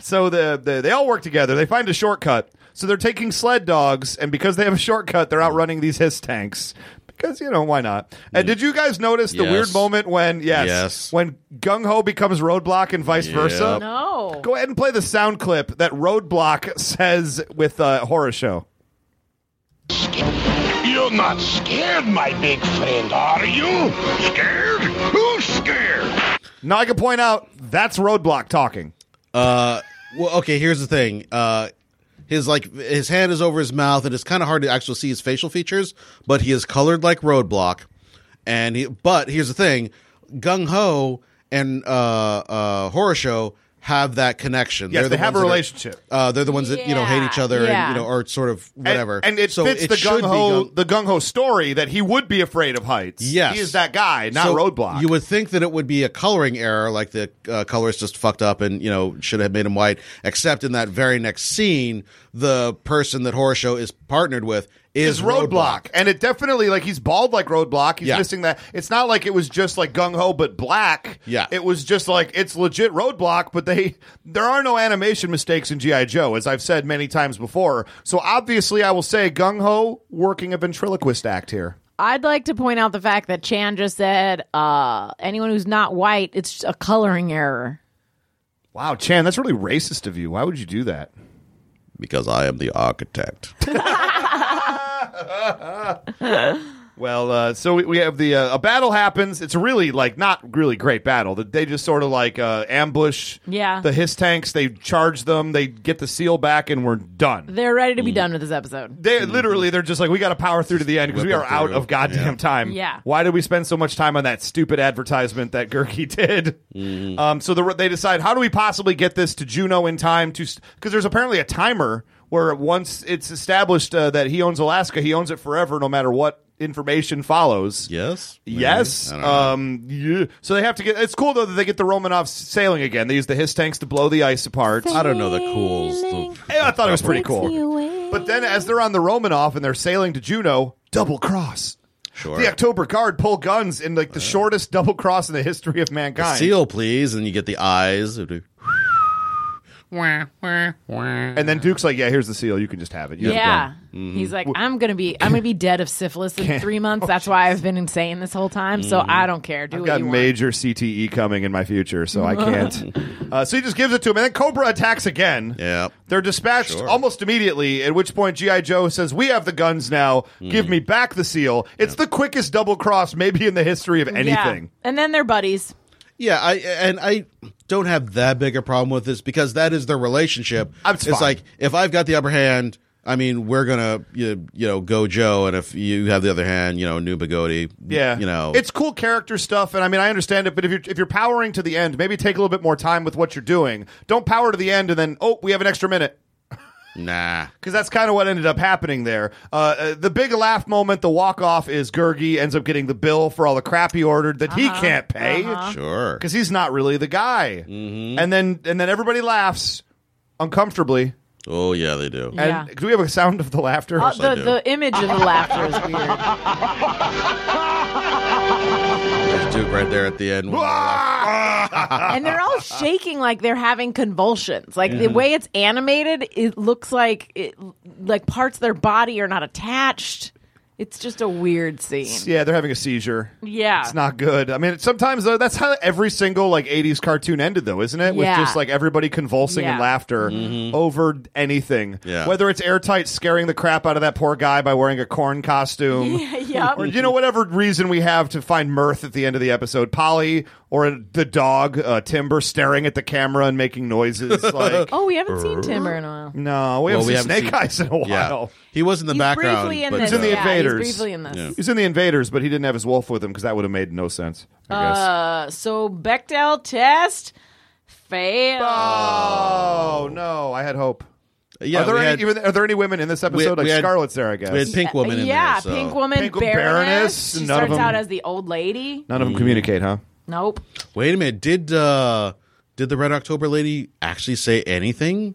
[SPEAKER 4] So the, the they all work together. They find a shortcut. So they're taking sled dogs, and because they have a shortcut, they're outrunning these hiss tanks. Because you know why not? And did you guys notice the
[SPEAKER 5] Yes.
[SPEAKER 4] weird moment when yes,
[SPEAKER 5] Yes.
[SPEAKER 4] when Gung Ho becomes Roadblock and vice versa?
[SPEAKER 6] No.
[SPEAKER 4] Go ahead and play the sound clip that Roadblock says with uh, horror show.
[SPEAKER 8] You're not scared, my big friend, are you? Scared? Who's scared?
[SPEAKER 4] Now I can point out that's Roadblock talking.
[SPEAKER 5] Uh, Well, okay. Here's the thing. Uh, his like his hand is over his mouth, and it's kind of hard to actually see his facial features. But he is colored like Roadblock, and he. But here's the thing: Gung Ho and uh, uh, Horror Show have that connection.
[SPEAKER 4] Yes,
[SPEAKER 5] the
[SPEAKER 4] they have
[SPEAKER 5] ones
[SPEAKER 4] a
[SPEAKER 5] that are-
[SPEAKER 4] relationship.
[SPEAKER 5] uh, they're the ones that you know hate
[SPEAKER 6] Yeah,
[SPEAKER 5] each other,
[SPEAKER 6] yeah.
[SPEAKER 5] and, you know, or sort of
[SPEAKER 4] And-
[SPEAKER 5] whatever.
[SPEAKER 4] And, it fits the
[SPEAKER 5] should
[SPEAKER 4] gung
[SPEAKER 5] be
[SPEAKER 4] ho
[SPEAKER 5] Gung-
[SPEAKER 4] the gung ho story that he would be afraid of heights.
[SPEAKER 5] Yes.
[SPEAKER 4] he is that guy, not
[SPEAKER 5] So
[SPEAKER 4] Roadblock.
[SPEAKER 5] You would think that it would be a coloring error, like the uh, colorist just fucked up and you know should have made him white. Except in that very next scene, the person that Horror Show is partnered with is,
[SPEAKER 4] is roadblock. and it definitely like he's bald like roadblock. He's
[SPEAKER 5] Yeah.
[SPEAKER 4] missing that. It's not like it was just like gung ho, but black.
[SPEAKER 5] Yeah.
[SPEAKER 4] it was just like it's legit roadblock. But they there are no animation mistakes in GI Joe, as I've said many times before. So obviously, I will say gung ho working a ventriloquist act here.
[SPEAKER 6] I'd like to point out the fact that Chan just said uh, anyone who's not white, it's just a coloring error.
[SPEAKER 4] Wow, Chan, that's really racist of you. Why would you do that?
[SPEAKER 5] because I am the architect.
[SPEAKER 4] Well, uh, so we, we have the uh, a battle happens. It's a really like not really great battle. That They just sort of like uh, ambush
[SPEAKER 6] Yeah.
[SPEAKER 4] the his tanks. They charge them. They get the seal back, and we're done.
[SPEAKER 6] They're ready
[SPEAKER 4] Mm.
[SPEAKER 6] to be done with this episode.
[SPEAKER 4] They literally they're just like we got to power through to the end because we
[SPEAKER 5] Whip
[SPEAKER 4] are
[SPEAKER 5] it
[SPEAKER 4] out
[SPEAKER 5] Mm-hmm. through.
[SPEAKER 4] of goddamn
[SPEAKER 5] Yeah.
[SPEAKER 4] time.
[SPEAKER 6] Yeah.
[SPEAKER 4] Why did we spend so much time on that stupid advertisement that Gurky did?
[SPEAKER 5] Mm-hmm.
[SPEAKER 4] Um, so the, they decide how do we possibly get this to Juno in time to because there's apparently a timer where once it's established uh, that he owns Alaska, he owns it forever, no matter what information follows.
[SPEAKER 5] yes.
[SPEAKER 4] Yes.
[SPEAKER 5] Maybe? I don't know.
[SPEAKER 4] Um. Yeah. So they have to get. It's cool though that they get the Romanovs sailing again. They use the his tanks to blow the ice apart.
[SPEAKER 5] I don't know the cools. the-
[SPEAKER 4] Yeah, I thought it was pretty
[SPEAKER 6] Takes
[SPEAKER 4] cool.
[SPEAKER 6] me away.
[SPEAKER 4] But then, as they're on the Romanov and they're sailing to Juno, double cross.
[SPEAKER 5] Sure.
[SPEAKER 4] The October Guard pull guns in like the shortest double cross in the history of mankind.
[SPEAKER 5] Seal, please, and you get the eyes. It'd be-
[SPEAKER 4] And then Duke's like, "Yeah, here's the seal. You can just have it." You have
[SPEAKER 6] yeah. Mm-hmm. He's like, I'm gonna be I'm gonna be dead of syphilis in three months. That's why I've been insane this whole time, so I don't care.
[SPEAKER 4] Oh,
[SPEAKER 6] Do
[SPEAKER 4] I've
[SPEAKER 6] what
[SPEAKER 4] got
[SPEAKER 6] you
[SPEAKER 4] major CTE coming in my future, so I can't. uh, so he just gives it to him, and then Cobra attacks again.
[SPEAKER 5] Yeah.
[SPEAKER 4] they're dispatched almost immediately. At which point, GI Joe says, "We have the guns now.
[SPEAKER 5] Hmm.
[SPEAKER 4] Give me back the seal." It's the quickest double cross maybe in the history of
[SPEAKER 6] want.
[SPEAKER 4] anything.
[SPEAKER 6] Yeah. And then they're buddies.
[SPEAKER 5] Yeah, I and I don't have that big a problem with this because that is their relationship.
[SPEAKER 4] I'm- it's fine.
[SPEAKER 5] like if I've got the upper hand, I mean, we're gonna you, you know go Joe, and if you have the other hand, you know New Bagodi.
[SPEAKER 4] Yeah,
[SPEAKER 5] you know
[SPEAKER 4] it's cool character stuff, and I mean, I understand it. But if you're if you're powering to the end, maybe take a little bit more time with what you're doing. Don't power to the end and then oh, we have an extra minute.
[SPEAKER 5] nah.
[SPEAKER 4] because that's kind of what ended up happening there. Uh, uh, the big laugh moment, the walk off, is Gurgi ends up getting the bill for all the crap he ordered that
[SPEAKER 6] Uh-huh.
[SPEAKER 4] he can't pay because
[SPEAKER 5] Sure.
[SPEAKER 4] he's not really the guy. And then and then everybody laughs uncomfortably.
[SPEAKER 5] Oh yeah, they do.
[SPEAKER 4] And
[SPEAKER 6] yeah.
[SPEAKER 4] do we have a sound of the laughter?
[SPEAKER 6] Uh, the,
[SPEAKER 5] do.
[SPEAKER 6] the image of the laughter is weird.
[SPEAKER 5] There's Duke right there at the end.
[SPEAKER 6] and they're all shaking like they're having convulsions. Like the way it's animated, it looks like it, like parts of their body are not attached. It's just a weird scene.
[SPEAKER 4] yeah, they're having a seizure.
[SPEAKER 6] Yeah.
[SPEAKER 4] It's not good. I mean, sometimes though, that's how every single like '80s cartoon ended, though, isn't it? With
[SPEAKER 6] Yeah.
[SPEAKER 4] just like everybody convulsing in
[SPEAKER 6] Yeah.
[SPEAKER 4] laughter over anything.
[SPEAKER 5] Yeah.
[SPEAKER 4] Whether it's airtight scaring the crap out of that poor guy by wearing a corn costume,
[SPEAKER 6] yep.
[SPEAKER 4] or you know whatever reason we have to find mirth at the end of the episode, Polly or the dog uh, Timber staring at the camera and making noises. Like,
[SPEAKER 6] Oh, we haven't seen Timber in a while.
[SPEAKER 4] no, we
[SPEAKER 5] Well,
[SPEAKER 4] haven't seen
[SPEAKER 5] we haven't
[SPEAKER 4] Snake
[SPEAKER 5] seen-
[SPEAKER 4] Eyes in a while.
[SPEAKER 5] Yeah, he was in the
[SPEAKER 6] He's
[SPEAKER 5] background.
[SPEAKER 6] briefly in
[SPEAKER 5] but,
[SPEAKER 6] this.
[SPEAKER 4] He's in the
[SPEAKER 6] yeah,
[SPEAKER 4] invaders.
[SPEAKER 6] He's briefly in this.
[SPEAKER 4] He's in the Invaders, but he didn't have his wolf with him because that would have made no sense. I guess.
[SPEAKER 6] Uh, so Bechdel test failed.
[SPEAKER 4] Oh no, I had hope.
[SPEAKER 5] yeah,
[SPEAKER 4] are there
[SPEAKER 5] we
[SPEAKER 4] any
[SPEAKER 5] had-
[SPEAKER 4] even are there any women in this episode?
[SPEAKER 5] we
[SPEAKER 4] like
[SPEAKER 5] had-
[SPEAKER 4] Scarlet's there, I guess.
[SPEAKER 5] we had Pink Woman in
[SPEAKER 6] Uh, yeah,
[SPEAKER 5] there. so-
[SPEAKER 6] Pink Woman
[SPEAKER 4] Pink Woman,
[SPEAKER 6] Baroness.
[SPEAKER 4] Baroness,
[SPEAKER 6] She
[SPEAKER 4] none
[SPEAKER 6] starts
[SPEAKER 4] of 'em-
[SPEAKER 6] out as the old lady.
[SPEAKER 4] None of them communicate,
[SPEAKER 5] Mm.
[SPEAKER 4] huh?
[SPEAKER 6] Nope.
[SPEAKER 5] Wait a minute. Did uh did the Red October lady actually say anything?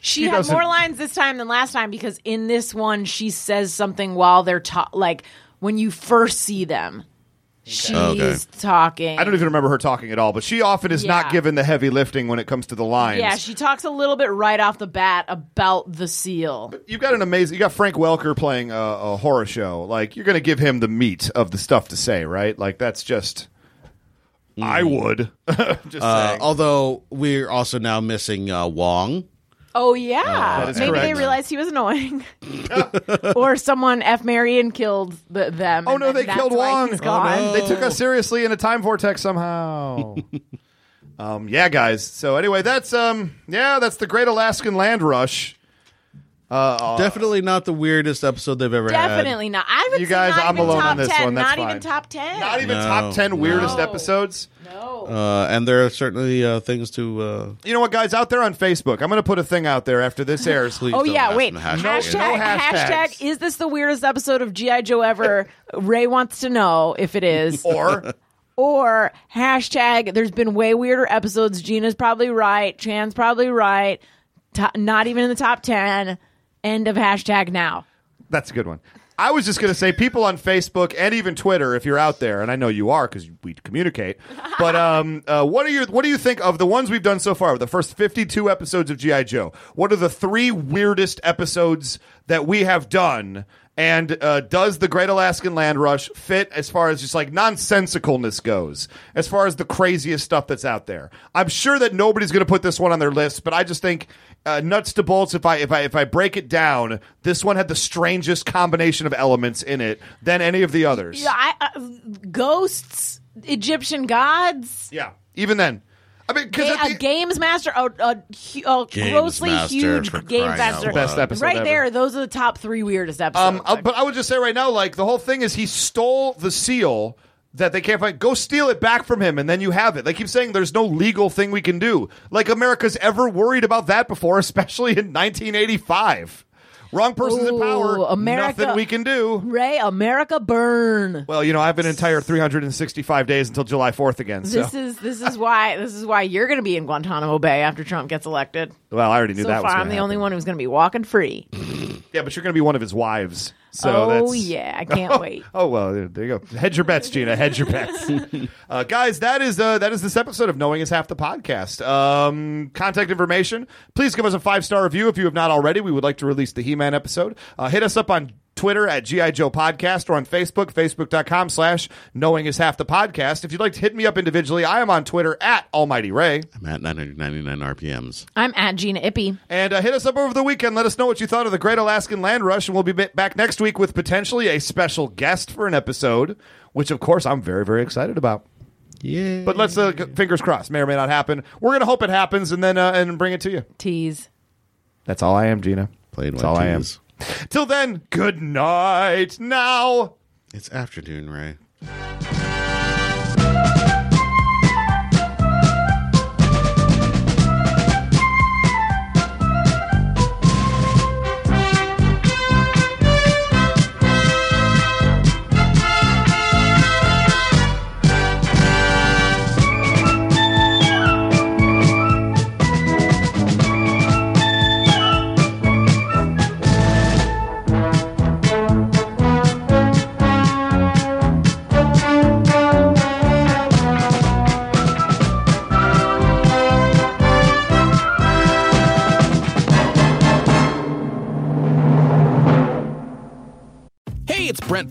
[SPEAKER 6] She,
[SPEAKER 4] She
[SPEAKER 6] had
[SPEAKER 4] doesn't-
[SPEAKER 6] more lines this time than last time because in this one she says something while they're ta- like when you first see them. She's
[SPEAKER 5] Oh, Okay.
[SPEAKER 6] talking.
[SPEAKER 4] I don't even remember her talking at all, but she often is
[SPEAKER 6] Yeah.
[SPEAKER 4] not given the heavy lifting when it comes to the lines.
[SPEAKER 6] Yeah, she talks a little bit right off the bat about the seal.
[SPEAKER 4] You've got an amazing. You got Frank Welker playing a, a horror show. Like you're going to give him the meat of the stuff to say, right? Like that's just. I would. just
[SPEAKER 5] Mm. Uh,
[SPEAKER 4] saying.
[SPEAKER 5] although we're also now missing uh, Wong.
[SPEAKER 6] Oh yeah,
[SPEAKER 4] is
[SPEAKER 6] maybe they
[SPEAKER 4] correct.
[SPEAKER 6] realized he was annoying, or someone F. Marion killed the, them.
[SPEAKER 4] Oh
[SPEAKER 6] and
[SPEAKER 4] no,
[SPEAKER 6] then
[SPEAKER 4] they
[SPEAKER 6] that's
[SPEAKER 4] killed
[SPEAKER 6] why
[SPEAKER 4] Wong.
[SPEAKER 6] He's
[SPEAKER 5] Oh,
[SPEAKER 6] gone.
[SPEAKER 4] They took us seriously in a time vortex somehow. um, yeah, guys. So anyway, that's um, yeah, that's the Great Alaskan Land Rush.
[SPEAKER 5] Definitely not the weirdest episode they've ever had.
[SPEAKER 6] Uh, Definitely not. I would
[SPEAKER 4] You
[SPEAKER 6] say
[SPEAKER 4] guys,
[SPEAKER 6] not
[SPEAKER 4] I'm
[SPEAKER 6] even
[SPEAKER 4] alone
[SPEAKER 6] top
[SPEAKER 4] on this
[SPEAKER 6] ten.
[SPEAKER 4] one. That's
[SPEAKER 6] not
[SPEAKER 4] fine.
[SPEAKER 6] even top ten.
[SPEAKER 4] Not even
[SPEAKER 5] No,
[SPEAKER 4] top ten weirdest
[SPEAKER 6] no.
[SPEAKER 4] episodes.
[SPEAKER 6] no.
[SPEAKER 5] Uh, and there are certainly uh, things to. Uh,
[SPEAKER 4] You know what, guys? Out there on Facebook, I'm going to put a thing out there after this airs.
[SPEAKER 5] please
[SPEAKER 6] Oh
[SPEAKER 5] don't
[SPEAKER 6] yeah,
[SPEAKER 5] ask
[SPEAKER 6] wait.
[SPEAKER 5] them
[SPEAKER 6] Hashtag,
[SPEAKER 5] hashtags.
[SPEAKER 4] No hashtags.
[SPEAKER 6] hashtag. Is this the weirdest episode of GI Joe ever? Ray wants to know if it is.
[SPEAKER 4] or
[SPEAKER 6] or hashtag there's been way weirder episodes gina's probably right chan's probably right to- not even in the top 10 end of hashtag now
[SPEAKER 4] That's a good one. I was just going to say, people on Facebook and even Twitter, if you're out there, and I know you are because we communicate. But um, uh, what are your what do you think of the ones we've done so far? The first 52 episodes of GI Joe. What are the three weirdest episodes that we have done? And uh, does the Great Alaskan Land Rush fit as far as just like nonsensicalness goes? As far as the craziest stuff that's out there, I'm sure that nobody's going to put this one on their list. But I just think uh, nuts to bolts. If I if I if I break it down, this one had the strangest combination of elements in it than any of the others.
[SPEAKER 6] yeah, I, uh, ghosts egyptian gods
[SPEAKER 4] Yeah. Even then, I mean, because
[SPEAKER 6] a, games master a, a, hu- a
[SPEAKER 5] Games
[SPEAKER 6] grossly
[SPEAKER 5] Master,
[SPEAKER 6] huge
[SPEAKER 5] for
[SPEAKER 6] games
[SPEAKER 5] crying out
[SPEAKER 6] master
[SPEAKER 5] loud. Best
[SPEAKER 4] episode
[SPEAKER 6] right
[SPEAKER 4] ever.
[SPEAKER 6] there those are the top three weirdest episodes
[SPEAKER 4] Um, uh, but I would just say right now, like the whole thing is he stole the seal that they can't find. Go steal it back from him, and then you have it. They keep saying there's no legal thing we can do. Like America's ever worried about that before, especially in 1985. Wrong person's in
[SPEAKER 6] Ooh,
[SPEAKER 4] power.
[SPEAKER 6] America-
[SPEAKER 4] Nothing we can do.
[SPEAKER 6] ray america burn
[SPEAKER 4] Well, you know, I have an entire 365 days until July 4th again. So,
[SPEAKER 6] this is this is why this is why you're going to be in Guantanamo Bay after Trump gets elected.
[SPEAKER 4] well, I already knew
[SPEAKER 6] So
[SPEAKER 4] that
[SPEAKER 6] far,
[SPEAKER 4] was.
[SPEAKER 6] I'm
[SPEAKER 4] gonna
[SPEAKER 6] the only
[SPEAKER 4] happen.
[SPEAKER 6] one who's going to be walking free.
[SPEAKER 4] Yeah, but you're going to be one of his wives. So
[SPEAKER 6] oh
[SPEAKER 4] that's,
[SPEAKER 6] yeah, I can't wait.
[SPEAKER 4] Oh well, there, there you go. Hedge your bets, Gina. Hedge your bets, uh, guys. That is uh, that is this episode of Knowing Is Half the Podcast. Um, contact information. Please give us a five star review if you have not already. We would like to release the He Man episode. Uh, hit us up on. Twitter at GI Joe Podcast or on Facebook, facebook.com slash knowing is half the podcast. If you'd like to hit me up individually, I am on Twitter at Almighty Ray.
[SPEAKER 5] I'm at 999 RPMs.
[SPEAKER 6] I'm at Gina Ippy.
[SPEAKER 4] And uh, hit us up over the weekend. Let us know what you thought of the Great Alaskan Land Rush, and we'll be ba- back next week with potentially a special guest for an episode, which of course I'm very, very excited about.
[SPEAKER 5] Yeah.
[SPEAKER 4] But let's uh, g- fingers crossed, may or may not happen. We're gonna hope it happens, and then uh, and bring it to you.
[SPEAKER 6] Tease.
[SPEAKER 4] That's all I am, Gina.
[SPEAKER 5] Played
[SPEAKER 4] That's
[SPEAKER 5] one,
[SPEAKER 4] all I am.
[SPEAKER 5] twos.
[SPEAKER 4] Till then, good night. Now.
[SPEAKER 5] It's afternoon, Ray.
[SPEAKER 1] Hey, it's Brent